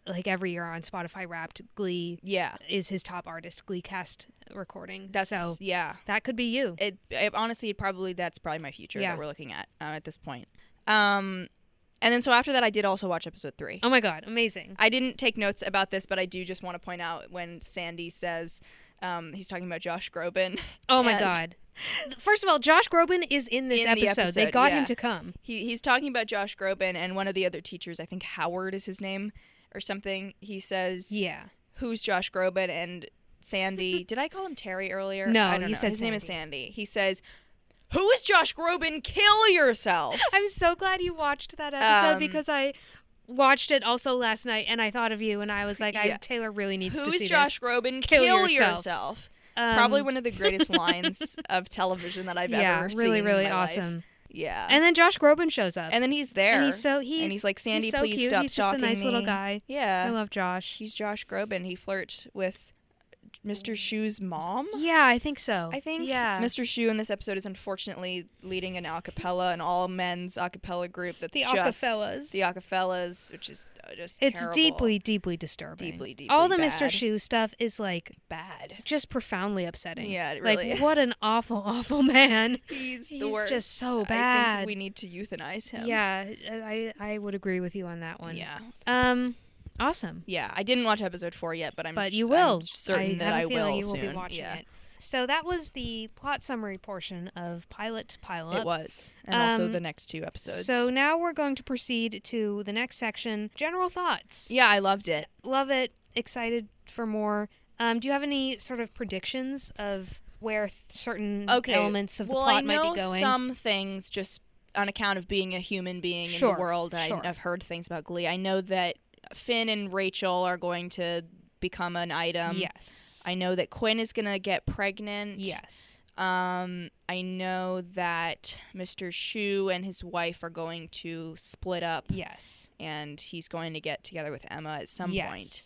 [SPEAKER 1] like every year on Spotify Wrapped, Glee
[SPEAKER 2] Yeah.
[SPEAKER 1] is his top artist. Glee cast recording.
[SPEAKER 2] That's
[SPEAKER 1] so
[SPEAKER 2] yeah.
[SPEAKER 1] that could be you.
[SPEAKER 2] It, it honestly it probably that's probably my future
[SPEAKER 1] Yeah.
[SPEAKER 2] that we're looking at uh, at this point. Um, and then so after that, I did also watch episode three.
[SPEAKER 1] Oh my god, amazing.
[SPEAKER 2] I didn't take notes about this, but I do just want to point out when Sandy says um, he's talking about Josh Groban.
[SPEAKER 1] Oh my
[SPEAKER 2] (laughs) and
[SPEAKER 1] god. First of all, Josh Groban is in this
[SPEAKER 2] In the
[SPEAKER 1] episode. They
[SPEAKER 2] episode,
[SPEAKER 1] got him
[SPEAKER 2] yeah.
[SPEAKER 1] to come.
[SPEAKER 2] He, he's talking about Josh Groban and one of the other teachers, I think Howard is his name or something. He says,
[SPEAKER 1] Yeah.
[SPEAKER 2] Who's Josh Groban? And
[SPEAKER 1] (laughs)
[SPEAKER 2] Sandy, did I call him Terry earlier?
[SPEAKER 1] No,
[SPEAKER 2] I don't
[SPEAKER 1] you
[SPEAKER 2] know.
[SPEAKER 1] said
[SPEAKER 2] his name is Sandy. He says, Who is Josh Groban?
[SPEAKER 1] (laughs)
[SPEAKER 2] Kill yourself.
[SPEAKER 1] I'm so glad you watched that episode
[SPEAKER 2] Um,
[SPEAKER 1] because I watched it also last night and I thought of you and I was like, I,
[SPEAKER 2] Yeah.
[SPEAKER 1] Taylor really needs to
[SPEAKER 2] Who
[SPEAKER 1] see
[SPEAKER 2] is
[SPEAKER 1] this.
[SPEAKER 2] Josh Groban?
[SPEAKER 1] Kill
[SPEAKER 2] Kill,
[SPEAKER 1] yourself."
[SPEAKER 2] yourself.
[SPEAKER 1] Um,
[SPEAKER 2] Probably one of
[SPEAKER 1] (laughs)
[SPEAKER 2] the greatest lines of television that I've
[SPEAKER 1] yeah,
[SPEAKER 2] ever seen.
[SPEAKER 1] really,
[SPEAKER 2] in
[SPEAKER 1] really
[SPEAKER 2] my life.
[SPEAKER 1] awesome.
[SPEAKER 2] Yeah.
[SPEAKER 1] And then Josh Groban shows up.
[SPEAKER 2] And then he's there.
[SPEAKER 1] And he's so- he-
[SPEAKER 2] and he's like Sandy,
[SPEAKER 1] he's so
[SPEAKER 2] please
[SPEAKER 1] cute.
[SPEAKER 2] stop
[SPEAKER 1] he's just a
[SPEAKER 2] stalking
[SPEAKER 1] nice little
[SPEAKER 2] me."
[SPEAKER 1] guy. I
[SPEAKER 2] Yeah,
[SPEAKER 1] love Josh.
[SPEAKER 2] uh, he's Josh Groban. He flirts with Mr. Shu's mom.
[SPEAKER 1] Yeah, I think so.
[SPEAKER 2] I think
[SPEAKER 1] Mm. Yeah.
[SPEAKER 2] Mr. Shu in this episode is unfortunately leading an a cappella, an all men's a cappella group that's
[SPEAKER 1] The
[SPEAKER 2] just
[SPEAKER 1] Acapellas.
[SPEAKER 2] the acapellas, which is uh, just
[SPEAKER 1] it's
[SPEAKER 2] terrible.
[SPEAKER 1] deeply, deeply disturbing.
[SPEAKER 2] Deeply, deeply
[SPEAKER 1] All the Mr.
[SPEAKER 2] bad.
[SPEAKER 1] Shoe stuff is like
[SPEAKER 2] bad.
[SPEAKER 1] just profoundly upsetting.
[SPEAKER 2] Yeah, it
[SPEAKER 1] like
[SPEAKER 2] really is.
[SPEAKER 1] what
[SPEAKER 2] (laughs)
[SPEAKER 1] an awful, awful man.
[SPEAKER 2] He's,
[SPEAKER 1] He's
[SPEAKER 2] the
[SPEAKER 1] just
[SPEAKER 2] worst.
[SPEAKER 1] so
[SPEAKER 2] I
[SPEAKER 1] bad.
[SPEAKER 2] think we need to euthanize him.
[SPEAKER 1] yeah, I I would agree with you on that one.
[SPEAKER 2] yeah,
[SPEAKER 1] Um, awesome.
[SPEAKER 2] yeah. I didn't watch episode four yet, but I'm
[SPEAKER 1] But you
[SPEAKER 2] I'm
[SPEAKER 1] will.
[SPEAKER 2] certain
[SPEAKER 1] I
[SPEAKER 2] that
[SPEAKER 1] have a
[SPEAKER 2] I
[SPEAKER 1] feeling
[SPEAKER 2] will
[SPEAKER 1] you will
[SPEAKER 2] soon.
[SPEAKER 1] be watching
[SPEAKER 2] yeah,
[SPEAKER 1] it. So that was the plot summary portion of Pilot to Pilot.
[SPEAKER 2] it was, and also
[SPEAKER 1] Um,
[SPEAKER 2] the next two episodes.
[SPEAKER 1] So now we're going to proceed to the next section, general thoughts.
[SPEAKER 2] yeah, I loved it.
[SPEAKER 1] Love it. Excited for more. Um, do you have any sort of predictions of where th- certain elements of the
[SPEAKER 2] well,
[SPEAKER 1] plot
[SPEAKER 2] I know
[SPEAKER 1] might be going?
[SPEAKER 2] Some things just on account of being a human being in
[SPEAKER 1] Sure,
[SPEAKER 2] the world.
[SPEAKER 1] sure.
[SPEAKER 2] I, I've heard things about Glee. I know that Finn and Rachel are going to become an item.
[SPEAKER 1] yes.
[SPEAKER 2] um, I know that Quinn is gonna get pregnant.
[SPEAKER 1] yes.
[SPEAKER 2] Um, I know that Mr. Shu and his wife are going to split up,
[SPEAKER 1] Yes.
[SPEAKER 2] and he's going to get together with Emma at some
[SPEAKER 1] yes.
[SPEAKER 2] point.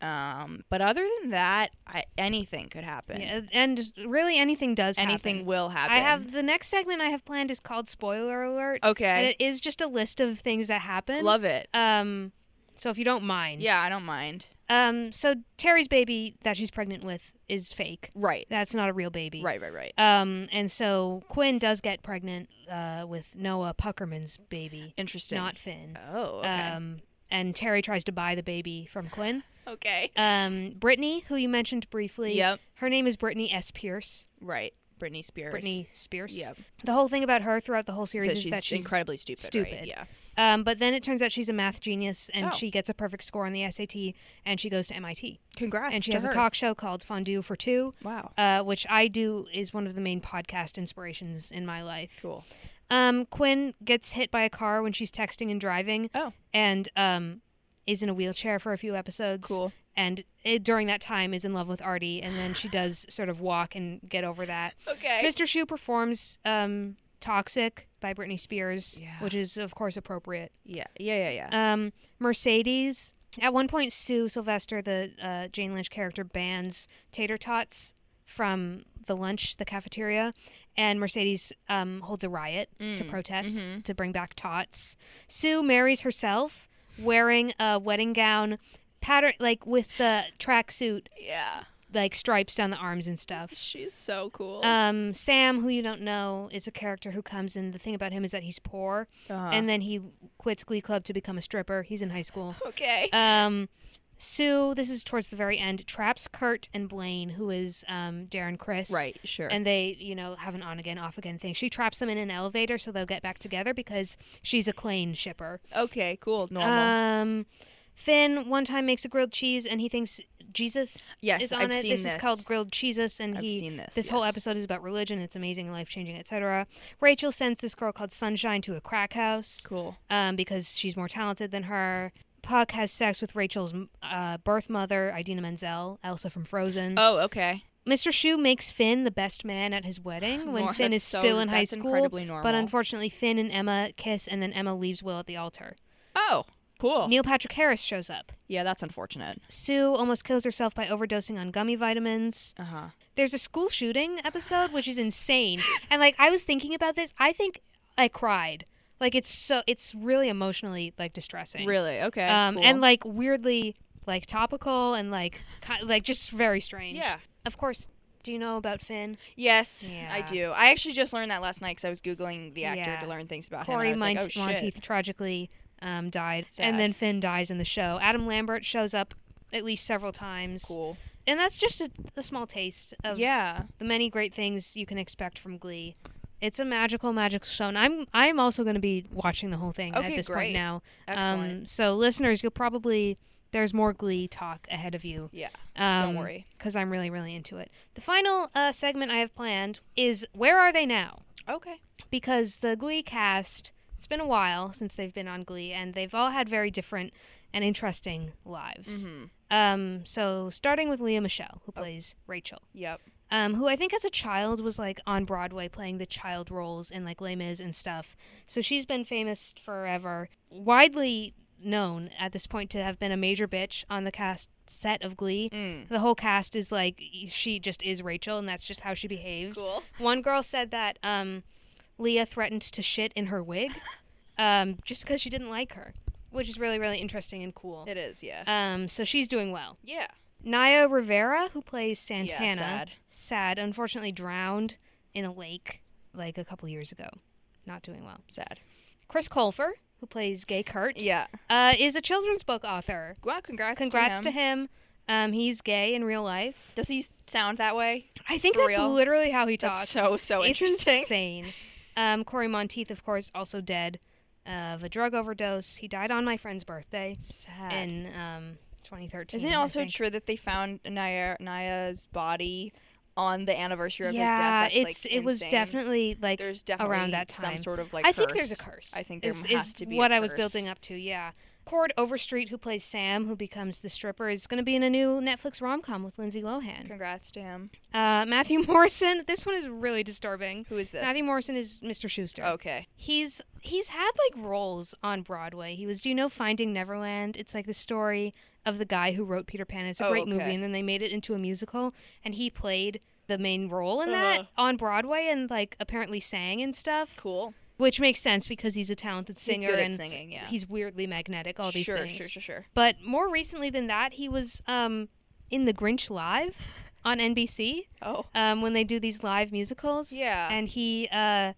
[SPEAKER 2] Um, but other than that, I, anything could happen.
[SPEAKER 1] Yeah, and really, anything does
[SPEAKER 2] anything
[SPEAKER 1] happen.
[SPEAKER 2] will happen.
[SPEAKER 1] I have the next segment I have planned is called spoiler alert.
[SPEAKER 2] okay.
[SPEAKER 1] And it is just a list of things that happen.
[SPEAKER 2] Love it.
[SPEAKER 1] Um, so if you don't mind,
[SPEAKER 2] Yeah, I don't mind.
[SPEAKER 1] Um, so Terry's baby that she's pregnant with is fake.
[SPEAKER 2] Right.
[SPEAKER 1] That's not a real baby.
[SPEAKER 2] Right, right, right.
[SPEAKER 1] Um, and so Quinn does get pregnant uh, with Noah Puckerman's baby,
[SPEAKER 2] Interesting.
[SPEAKER 1] not Finn.
[SPEAKER 2] Oh, okay.
[SPEAKER 1] Um, and Terry tries to buy the baby from Quinn.
[SPEAKER 2] okay.
[SPEAKER 1] Um, Brittany, who you mentioned briefly,
[SPEAKER 2] Yep.
[SPEAKER 1] her name is Brittany S. Pierce.
[SPEAKER 2] Right. Britney Spears.
[SPEAKER 1] Brittany Spears.
[SPEAKER 2] Yep.
[SPEAKER 1] The whole thing about her throughout the whole series
[SPEAKER 2] says
[SPEAKER 1] is
[SPEAKER 2] she's,
[SPEAKER 1] that she's
[SPEAKER 2] incredibly stupid.
[SPEAKER 1] stupid.
[SPEAKER 2] Right? Yeah.
[SPEAKER 1] Um, but then it turns out she's a math genius, and
[SPEAKER 2] Oh.
[SPEAKER 1] she gets a perfect score on the SAT, and she goes to MIT,
[SPEAKER 2] Congrats.
[SPEAKER 1] and she
[SPEAKER 2] to
[SPEAKER 1] has a
[SPEAKER 2] her.
[SPEAKER 1] talk show called Fondue for Two,
[SPEAKER 2] Wow.
[SPEAKER 1] uh, which I do is one of the main podcast inspirations in my life.
[SPEAKER 2] Cool.
[SPEAKER 1] Um, Quinn gets hit by a car when she's texting and driving,
[SPEAKER 2] Oh.
[SPEAKER 1] and um, is in a wheelchair for a few episodes. (laughs)
[SPEAKER 2] Cool.
[SPEAKER 1] And it, during that time, is in love with Artie, and then she
[SPEAKER 2] (sighs)
[SPEAKER 1] does sort of walk and get over that.
[SPEAKER 2] Okay.
[SPEAKER 1] Mr. Shu performs um, "Toxic" by Britney Spears,
[SPEAKER 2] Yeah.
[SPEAKER 1] which is of course appropriate.
[SPEAKER 2] Yeah. Yeah. Yeah. Yeah.
[SPEAKER 1] Um, Mercedes. At one point, Sue Sylvester, the uh, Jane Lynch character, bans tater tots from the lunch, the cafeteria, and Mercedes um, holds a riot to protest to bring back tots. Sue marries herself wearing a wedding gown, pattern like with the tracksuit,
[SPEAKER 2] yeah.
[SPEAKER 1] like stripes down the arms and stuff.
[SPEAKER 2] She's so cool.
[SPEAKER 1] Um, Sam, who you don't know, is a character who comes in. The thing about him is that he's poor,
[SPEAKER 2] Uh-huh.
[SPEAKER 1] and then he quits Glee Club to become a stripper. He's in high school.
[SPEAKER 2] okay.
[SPEAKER 1] Um, Sue, this is towards the very end, traps Kurt and Blaine, who is um, Darren Chris.
[SPEAKER 2] right. Sure.
[SPEAKER 1] And they, you know, have an on again, off again thing. She traps them in an elevator so they'll get back together because she's a Klain shipper.
[SPEAKER 2] okay. Cool. Normal.
[SPEAKER 1] Um, Finn one time makes a grilled cheese and he thinks Jesus
[SPEAKER 2] yes.
[SPEAKER 1] is on
[SPEAKER 2] I've
[SPEAKER 1] it.
[SPEAKER 2] seen
[SPEAKER 1] this,
[SPEAKER 2] this.
[SPEAKER 1] is called grilled cheeses, and
[SPEAKER 2] I've
[SPEAKER 1] he.
[SPEAKER 2] seen this,
[SPEAKER 1] whole
[SPEAKER 2] yes.
[SPEAKER 1] episode is about religion. It's amazing and life changing, etc. Rachel sends this girl called Sunshine to a crack house
[SPEAKER 2] Cool.
[SPEAKER 1] um, because she's more talented than her. Puck has sex with Rachel's uh, birth mother, Idina Menzel, Elsa from Frozen.
[SPEAKER 2] Oh. Okay.
[SPEAKER 1] Mr. Shu makes Finn the best man at his
[SPEAKER 2] (sighs)
[SPEAKER 1] wedding when
[SPEAKER 2] Nor-
[SPEAKER 1] Finn is
[SPEAKER 2] that's so-
[SPEAKER 1] still in high
[SPEAKER 2] that's
[SPEAKER 1] school.
[SPEAKER 2] incredibly
[SPEAKER 1] But
[SPEAKER 2] normal.
[SPEAKER 1] unfortunately, Finn and Emma kiss, and then Emma leaves Will at the altar.
[SPEAKER 2] Oh. Cool.
[SPEAKER 1] Neil Patrick Harris shows up.
[SPEAKER 2] yeah. That's unfortunate.
[SPEAKER 1] Sue almost kills herself by overdosing on gummy vitamins.
[SPEAKER 2] Uh huh.
[SPEAKER 1] There's a school shooting episode, which is insane. and like, I was thinking about this, I think I cried Like it's so it's really emotionally like distressing.
[SPEAKER 2] Really? Okay.
[SPEAKER 1] Um,
[SPEAKER 2] cool.
[SPEAKER 1] and like weirdly like topical and like ki- like just very strange.
[SPEAKER 2] Yeah.
[SPEAKER 1] Of course. Do you know about Finn?
[SPEAKER 2] Yes, I
[SPEAKER 1] Yeah.
[SPEAKER 2] do. I actually just learned that last night because I was googling the actor
[SPEAKER 1] Yeah.
[SPEAKER 2] to learn things about
[SPEAKER 1] Corey
[SPEAKER 2] him. and I
[SPEAKER 1] Mont-
[SPEAKER 2] was like, oh, shit.
[SPEAKER 1] Monteith tragically um, died,
[SPEAKER 2] Sad.
[SPEAKER 1] and then Finn dies in the show. Adam Lambert shows up at least several times,
[SPEAKER 2] Cool.
[SPEAKER 1] and that's just a, a small taste of
[SPEAKER 2] Yeah.
[SPEAKER 1] the many great things you can expect from Glee. It's a magical, magical show, and I'm I'm also going to be watching the whole thing at
[SPEAKER 2] Okay,
[SPEAKER 1] this
[SPEAKER 2] great.
[SPEAKER 1] point now.
[SPEAKER 2] Excellent.
[SPEAKER 1] Um, so listeners, you'll probably there's more Glee talk ahead of you.
[SPEAKER 2] yeah.
[SPEAKER 1] Um,
[SPEAKER 2] worry.
[SPEAKER 1] because I'm really, really into it. The final uh, segment I have planned is where are they now?
[SPEAKER 2] Okay.
[SPEAKER 1] because the Glee cast, it's been a while since they've been on Glee, and they've all had very different and interesting lives. Um, so starting with Leah Michelle, who plays Rachel,
[SPEAKER 2] Yep.
[SPEAKER 1] um, who I think as a child was like on Broadway playing the child roles in like Les Mis and stuff. So she's been famous forever, widely known at this point to have been a major bitch on the cast set of Glee. The whole cast is like she just is Rachel, and that's just how she behaved.
[SPEAKER 2] Cool.
[SPEAKER 1] One girl said that um, Leah threatened to shit in her
[SPEAKER 2] (laughs)
[SPEAKER 1] wig um, just because she didn't like her, which is really, really interesting and cool.
[SPEAKER 2] It is. Yeah.
[SPEAKER 1] Um, so she's doing well.
[SPEAKER 2] yeah.
[SPEAKER 1] Naya Rivera, who plays Santana,
[SPEAKER 2] sad.
[SPEAKER 1] sad, unfortunately drowned in a lake like a couple years ago. Not doing well.
[SPEAKER 2] Sad.
[SPEAKER 1] Chris Colfer, who plays Gay Kurt,
[SPEAKER 2] Yeah.
[SPEAKER 1] uh, is a children's book author.
[SPEAKER 2] Well, congrats.
[SPEAKER 1] Congrats
[SPEAKER 2] to
[SPEAKER 1] to
[SPEAKER 2] him.
[SPEAKER 1] him. Um, he's gay in real life.
[SPEAKER 2] Does he sound that way?
[SPEAKER 1] I think
[SPEAKER 2] For
[SPEAKER 1] that's
[SPEAKER 2] real?
[SPEAKER 1] literally how he
[SPEAKER 2] That's
[SPEAKER 1] talks.
[SPEAKER 2] so, so
[SPEAKER 1] It's
[SPEAKER 2] interesting.
[SPEAKER 1] insane. Um, Corey Monteith, of course, also dead of a drug overdose. He died on my friend's birthday
[SPEAKER 2] Sad.
[SPEAKER 1] in um, 2013.
[SPEAKER 2] Isn't it
[SPEAKER 1] I
[SPEAKER 2] also
[SPEAKER 1] think.
[SPEAKER 2] true that they found Naya, Naya's body on the anniversary of his death?
[SPEAKER 1] Yeah,
[SPEAKER 2] That's, like,
[SPEAKER 1] it's it was
[SPEAKER 2] insane.
[SPEAKER 1] definitely like
[SPEAKER 2] There's definitely
[SPEAKER 1] around that time.
[SPEAKER 2] some sort of like.
[SPEAKER 1] I think there's a curse.
[SPEAKER 2] I think there
[SPEAKER 1] is-
[SPEAKER 2] has
[SPEAKER 1] is
[SPEAKER 2] to be. a
[SPEAKER 1] what I was
[SPEAKER 2] curse.
[SPEAKER 1] building up to. Yeah, Cord Overstreet, who plays Sam, who becomes the stripper, is going to be in a new Netflix rom com with Lindsay Lohan.
[SPEAKER 2] Congrats to him.
[SPEAKER 1] Uh, Matthew (laughs) Morrison. This one is really disturbing.
[SPEAKER 2] Who is this?
[SPEAKER 1] Matthew Morrison is Mr. Schuster.
[SPEAKER 2] Okay.
[SPEAKER 1] He's he's had like roles on Broadway. He was do you know Finding Neverland? It's like the story of the guy who wrote Peter Pan. It's a
[SPEAKER 2] Oh,
[SPEAKER 1] great
[SPEAKER 2] okay.
[SPEAKER 1] movie and then they made it into a musical and he played the main role in that
[SPEAKER 2] Uh-huh.
[SPEAKER 1] on Broadway and like apparently sang and stuff,
[SPEAKER 2] Cool.
[SPEAKER 1] which makes sense because he's a talented
[SPEAKER 2] He's
[SPEAKER 1] singer
[SPEAKER 2] good at
[SPEAKER 1] and
[SPEAKER 2] singing. Yeah.
[SPEAKER 1] he's weirdly magnetic all these
[SPEAKER 2] sure,
[SPEAKER 1] things.
[SPEAKER 2] sure, sure, sure.
[SPEAKER 1] But more recently than that, he was um in The Grinch Live
[SPEAKER 2] (laughs)
[SPEAKER 1] on NBC
[SPEAKER 2] Oh,
[SPEAKER 1] um when they do these live musicals.
[SPEAKER 2] Yeah.
[SPEAKER 1] And he uh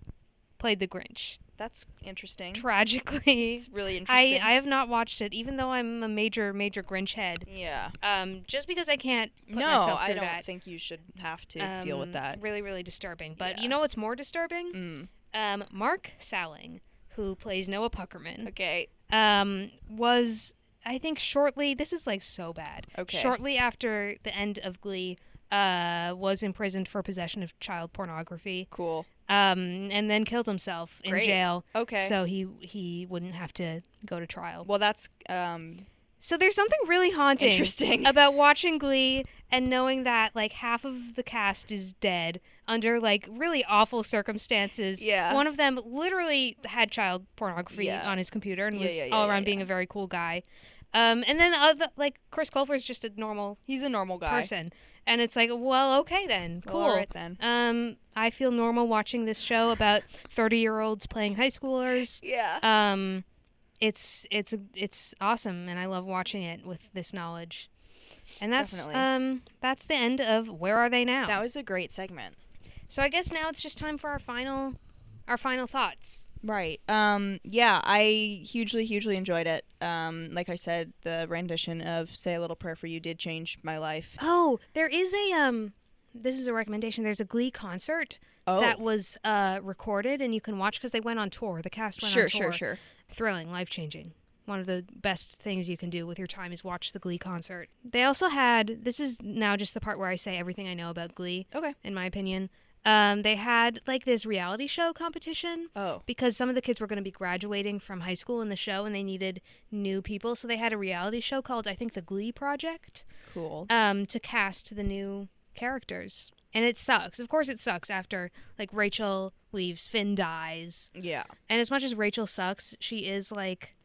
[SPEAKER 1] played The Grinch
[SPEAKER 2] that's interesting.
[SPEAKER 1] tragically.
[SPEAKER 2] It's really
[SPEAKER 1] I,
[SPEAKER 2] interesting.
[SPEAKER 1] I have not watched it, even though I'm a major, major Grinch head.
[SPEAKER 2] yeah.
[SPEAKER 1] Um, just because I can't put
[SPEAKER 2] no,
[SPEAKER 1] myself through
[SPEAKER 2] I don't
[SPEAKER 1] that.
[SPEAKER 2] think you should have to deal with
[SPEAKER 1] um,
[SPEAKER 2] that.
[SPEAKER 1] Really, really disturbing. But
[SPEAKER 2] Yeah.
[SPEAKER 1] you know what's more disturbing?
[SPEAKER 2] Mm.
[SPEAKER 1] Um, Mark Salling, who plays Noah Puckerman,
[SPEAKER 2] Okay.
[SPEAKER 1] um, was I think shortly. This is like so bad.
[SPEAKER 2] Okay.
[SPEAKER 1] Shortly after the end of Glee, uh, was imprisoned for possession of child pornography.
[SPEAKER 2] Cool.
[SPEAKER 1] Um, and then killed himself in
[SPEAKER 2] Great.
[SPEAKER 1] jail.
[SPEAKER 2] Okay.
[SPEAKER 1] So he he wouldn't have to go to trial.
[SPEAKER 2] well, that's um
[SPEAKER 1] So there's something really haunting
[SPEAKER 2] interesting. (laughs)
[SPEAKER 1] about watching Glee and knowing that like half of the cast is dead under like really awful circumstances.
[SPEAKER 2] Yeah.
[SPEAKER 1] One of them literally had child pornography
[SPEAKER 2] Yeah.
[SPEAKER 1] on his computer and
[SPEAKER 2] Yeah,
[SPEAKER 1] was
[SPEAKER 2] yeah, yeah,
[SPEAKER 1] all
[SPEAKER 2] yeah,
[SPEAKER 1] around being a very cool guy. Um, and then the other like Chris Colfer is just a normal
[SPEAKER 2] He's a normal guy.
[SPEAKER 1] person, and it's like, well, okay then,
[SPEAKER 2] Well,
[SPEAKER 1] cool.
[SPEAKER 2] all right then.
[SPEAKER 1] Um, I feel normal watching this show about
[SPEAKER 2] (laughs)
[SPEAKER 1] thirty-year-olds playing high schoolers
[SPEAKER 2] Yeah.
[SPEAKER 1] um it's it's it's awesome and i love watching it with this knowledge and that's
[SPEAKER 2] Definitely.
[SPEAKER 1] um that's the end of where are they now
[SPEAKER 2] that was a great segment.
[SPEAKER 1] so i guess now it's just time for our final our final thoughts
[SPEAKER 2] Right. Um yeah, I hugely hugely enjoyed it. Um like I said, the rendition of Say a Little Prayer for You did change
[SPEAKER 1] (gasps)
[SPEAKER 2] my life.
[SPEAKER 1] oh there is a um this is a recommendation there's a glee concert
[SPEAKER 2] Oh.
[SPEAKER 1] that was uh recorded and you can watch because they went on tour the cast went
[SPEAKER 2] sure,
[SPEAKER 1] on tour
[SPEAKER 2] sure, sure.
[SPEAKER 1] thrilling, life changing. One of the best things you can do with your time is watch the Glee concert. They also had this is now just the part where I say everything I know about Glee.
[SPEAKER 2] Okay.
[SPEAKER 1] In my opinion, um, they had like this reality show competition
[SPEAKER 2] Oh.
[SPEAKER 1] because some of the kids were going to be graduating from high school in the show and they needed new people, so they had a reality show called I think the Glee Project
[SPEAKER 2] Cool.
[SPEAKER 1] um, to cast the new characters. And it sucks. Of course, it sucks after like Rachel leaves, Finn dies,
[SPEAKER 2] Yeah.
[SPEAKER 1] and as much as Rachel sucks, she is like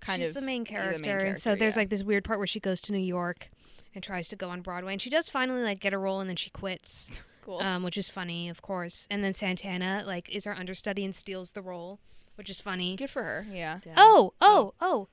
[SPEAKER 2] Kind
[SPEAKER 1] she's
[SPEAKER 2] of
[SPEAKER 1] the main
[SPEAKER 2] you're the
[SPEAKER 1] character, and so
[SPEAKER 2] character,
[SPEAKER 1] there's
[SPEAKER 2] yeah.
[SPEAKER 1] like this weird part where she goes to New York and tries to go on Broadway, and she does finally like get a role, and then she quits.
[SPEAKER 2] (laughs) Cool.
[SPEAKER 1] um, which is funny, of course. And then Santana like is our understudy and steals the role, which is funny.
[SPEAKER 2] Good for her. Yeah.
[SPEAKER 1] Oh, oh, oh,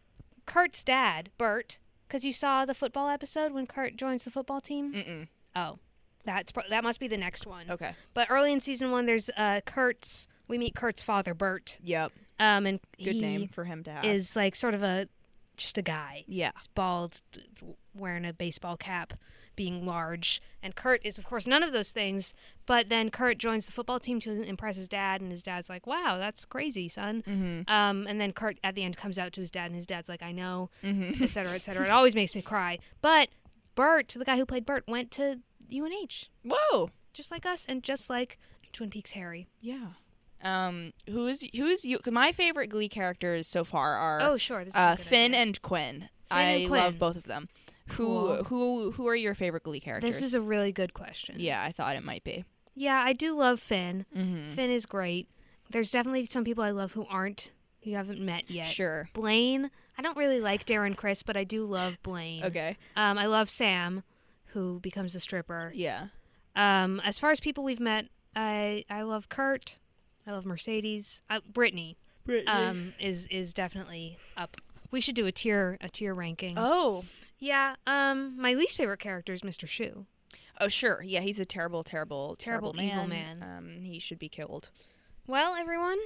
[SPEAKER 1] Kurt's dad, Bert, because you saw the football episode when Kurt joins the football team.
[SPEAKER 2] Mm-mm. Oh.
[SPEAKER 1] Oh, that's pro- that must be the next one.
[SPEAKER 2] Okay.
[SPEAKER 1] But early in season one, there's uh, Kurt's. We meet Kurt's father, Bert.
[SPEAKER 2] Yep.
[SPEAKER 1] Um, and
[SPEAKER 2] Good
[SPEAKER 1] he
[SPEAKER 2] name for him to have.
[SPEAKER 1] is like sort of a just a guy.
[SPEAKER 2] yeah.
[SPEAKER 1] He's bald, d- d- wearing a baseball cap, being large. And Kurt is, of course, none of those things. But then Kurt joins the football team to impress his dad, and his dad's like, "Wow, that's crazy, son."
[SPEAKER 2] Mm-hmm.
[SPEAKER 1] Um, and then Kurt at the end comes out to his dad, and his dad's like, "I know,"
[SPEAKER 2] Mm-hmm.
[SPEAKER 1] et cetera, et cetera. It always makes me cry. But Bert, the guy who played Bert, went to UNH,
[SPEAKER 2] Whoa.
[SPEAKER 1] just like us, and just like Twin Peaks Harry.
[SPEAKER 2] Yeah. Um. Who is who is you? My favorite Glee characters so far are
[SPEAKER 1] Oh, sure, this is a
[SPEAKER 2] uh,
[SPEAKER 1] good
[SPEAKER 2] Finn
[SPEAKER 1] idea.
[SPEAKER 2] and Quinn. I
[SPEAKER 1] and Quinn.
[SPEAKER 2] love both of them. Who who who are your favorite Glee characters?
[SPEAKER 1] This is a really good question.
[SPEAKER 2] yeah. I thought it might be.
[SPEAKER 1] Yeah, I do love Finn.
[SPEAKER 2] Mm-hmm.
[SPEAKER 1] Finn is great. There's definitely some people I love who aren't who you haven't met yet.
[SPEAKER 2] Sure.
[SPEAKER 1] Blaine. I don't really like Darren Chris, but I do love Blaine.
[SPEAKER 2] Okay.
[SPEAKER 1] Um, I love Sam, who becomes a stripper.
[SPEAKER 2] Yeah.
[SPEAKER 1] Um, as far as people we've met, I I love Kurt. I love Mercedes. I, Brittany. Brittany um, is is definitely up. We should do a tier a tier ranking.
[SPEAKER 2] Oh.
[SPEAKER 1] Yeah. Um, my least favorite character is Mr. Shu.
[SPEAKER 2] Oh sure. Yeah. He's a terrible, terrible,
[SPEAKER 1] Terrible
[SPEAKER 2] terrible,
[SPEAKER 1] evil
[SPEAKER 2] Um. He should be killed.
[SPEAKER 1] Well, everyone,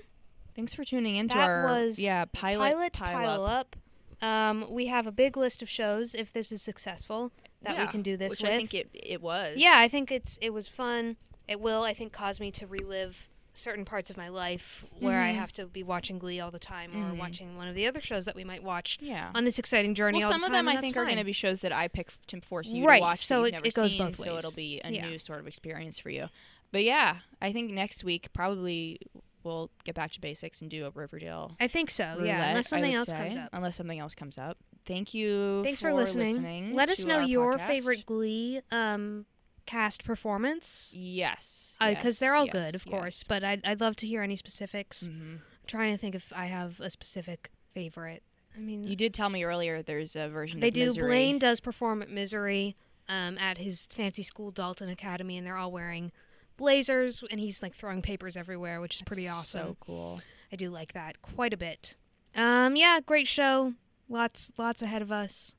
[SPEAKER 2] Thanks for tuning in to
[SPEAKER 1] That
[SPEAKER 2] our
[SPEAKER 1] was
[SPEAKER 2] yeah pilot
[SPEAKER 1] pile, up. Um, we have a big list of shows if this is successful that we
[SPEAKER 2] Yeah,
[SPEAKER 1] can do this
[SPEAKER 2] which
[SPEAKER 1] with.
[SPEAKER 2] I think it it was.
[SPEAKER 1] yeah, I think it's it was fun. It will I think cause me to relive certain parts of my life where
[SPEAKER 2] Mm-hmm.
[SPEAKER 1] I have to be watching Glee all the time or watching one of the other shows that we might watch
[SPEAKER 2] Yeah.
[SPEAKER 1] on this exciting journey.
[SPEAKER 2] Well,
[SPEAKER 1] all
[SPEAKER 2] some
[SPEAKER 1] the
[SPEAKER 2] of
[SPEAKER 1] time,
[SPEAKER 2] them
[SPEAKER 1] and
[SPEAKER 2] I
[SPEAKER 1] that's
[SPEAKER 2] think are going to
[SPEAKER 1] fine.
[SPEAKER 2] be shows that I pick f- to force you
[SPEAKER 1] Right,
[SPEAKER 2] to watch.
[SPEAKER 1] so
[SPEAKER 2] that
[SPEAKER 1] it-
[SPEAKER 2] you've never
[SPEAKER 1] it goes
[SPEAKER 2] seen,
[SPEAKER 1] both
[SPEAKER 2] So
[SPEAKER 1] ways.
[SPEAKER 2] it'll be a
[SPEAKER 1] Yeah.
[SPEAKER 2] new sort of experience for you. But yeah, I think next week probably we'll get back to basics and do a Riverdale.
[SPEAKER 1] I think so.
[SPEAKER 2] roulette,
[SPEAKER 1] yeah,
[SPEAKER 2] I
[SPEAKER 1] unless something
[SPEAKER 2] would
[SPEAKER 1] else comes
[SPEAKER 2] say,
[SPEAKER 1] up.
[SPEAKER 2] Unless something else comes up. Thank you.
[SPEAKER 1] Thanks
[SPEAKER 2] for,
[SPEAKER 1] for listening. Let us
[SPEAKER 2] to
[SPEAKER 1] know
[SPEAKER 2] our
[SPEAKER 1] your
[SPEAKER 2] podcast.
[SPEAKER 1] favorite Glee um, cast performance.
[SPEAKER 2] Yes.
[SPEAKER 1] because
[SPEAKER 2] yes,
[SPEAKER 1] Uh, they're all
[SPEAKER 2] yes, Mm-hmm.
[SPEAKER 1] good, of
[SPEAKER 2] yes. Mm.
[SPEAKER 1] course. But I'd, I'd love to hear any specifics. I'm trying to think if I have a specific favorite. I mean,
[SPEAKER 2] You did tell me earlier there's a version.
[SPEAKER 1] they
[SPEAKER 2] of
[SPEAKER 1] do.
[SPEAKER 2] Misery.
[SPEAKER 1] Blaine does perform at Misery um, at his fancy school, Dalton Academy, and they're all wearing blazers, and he's like throwing papers everywhere, which is pretty awesome.
[SPEAKER 2] So cool.
[SPEAKER 1] I do like that quite a bit. Um, yeah, great show. Lots, lots ahead of us.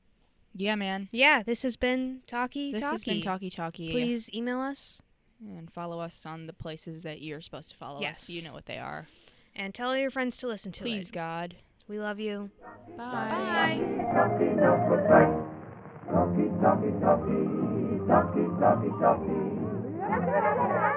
[SPEAKER 2] Yeah, man.
[SPEAKER 1] Yeah, this has been Talkie
[SPEAKER 2] This
[SPEAKER 1] Talkie.
[SPEAKER 2] has been talkie talkie.
[SPEAKER 1] Please email us
[SPEAKER 2] And follow us on the places that you're supposed to follow
[SPEAKER 1] Yes.
[SPEAKER 2] us. You know what they are.
[SPEAKER 1] and tell your friends to listen to
[SPEAKER 2] Please,
[SPEAKER 1] it.
[SPEAKER 2] God.
[SPEAKER 1] We love you.
[SPEAKER 2] Bye.
[SPEAKER 3] Ducky, no complaint. Ducky, ducky, ducky, ducky, ducky, ducky.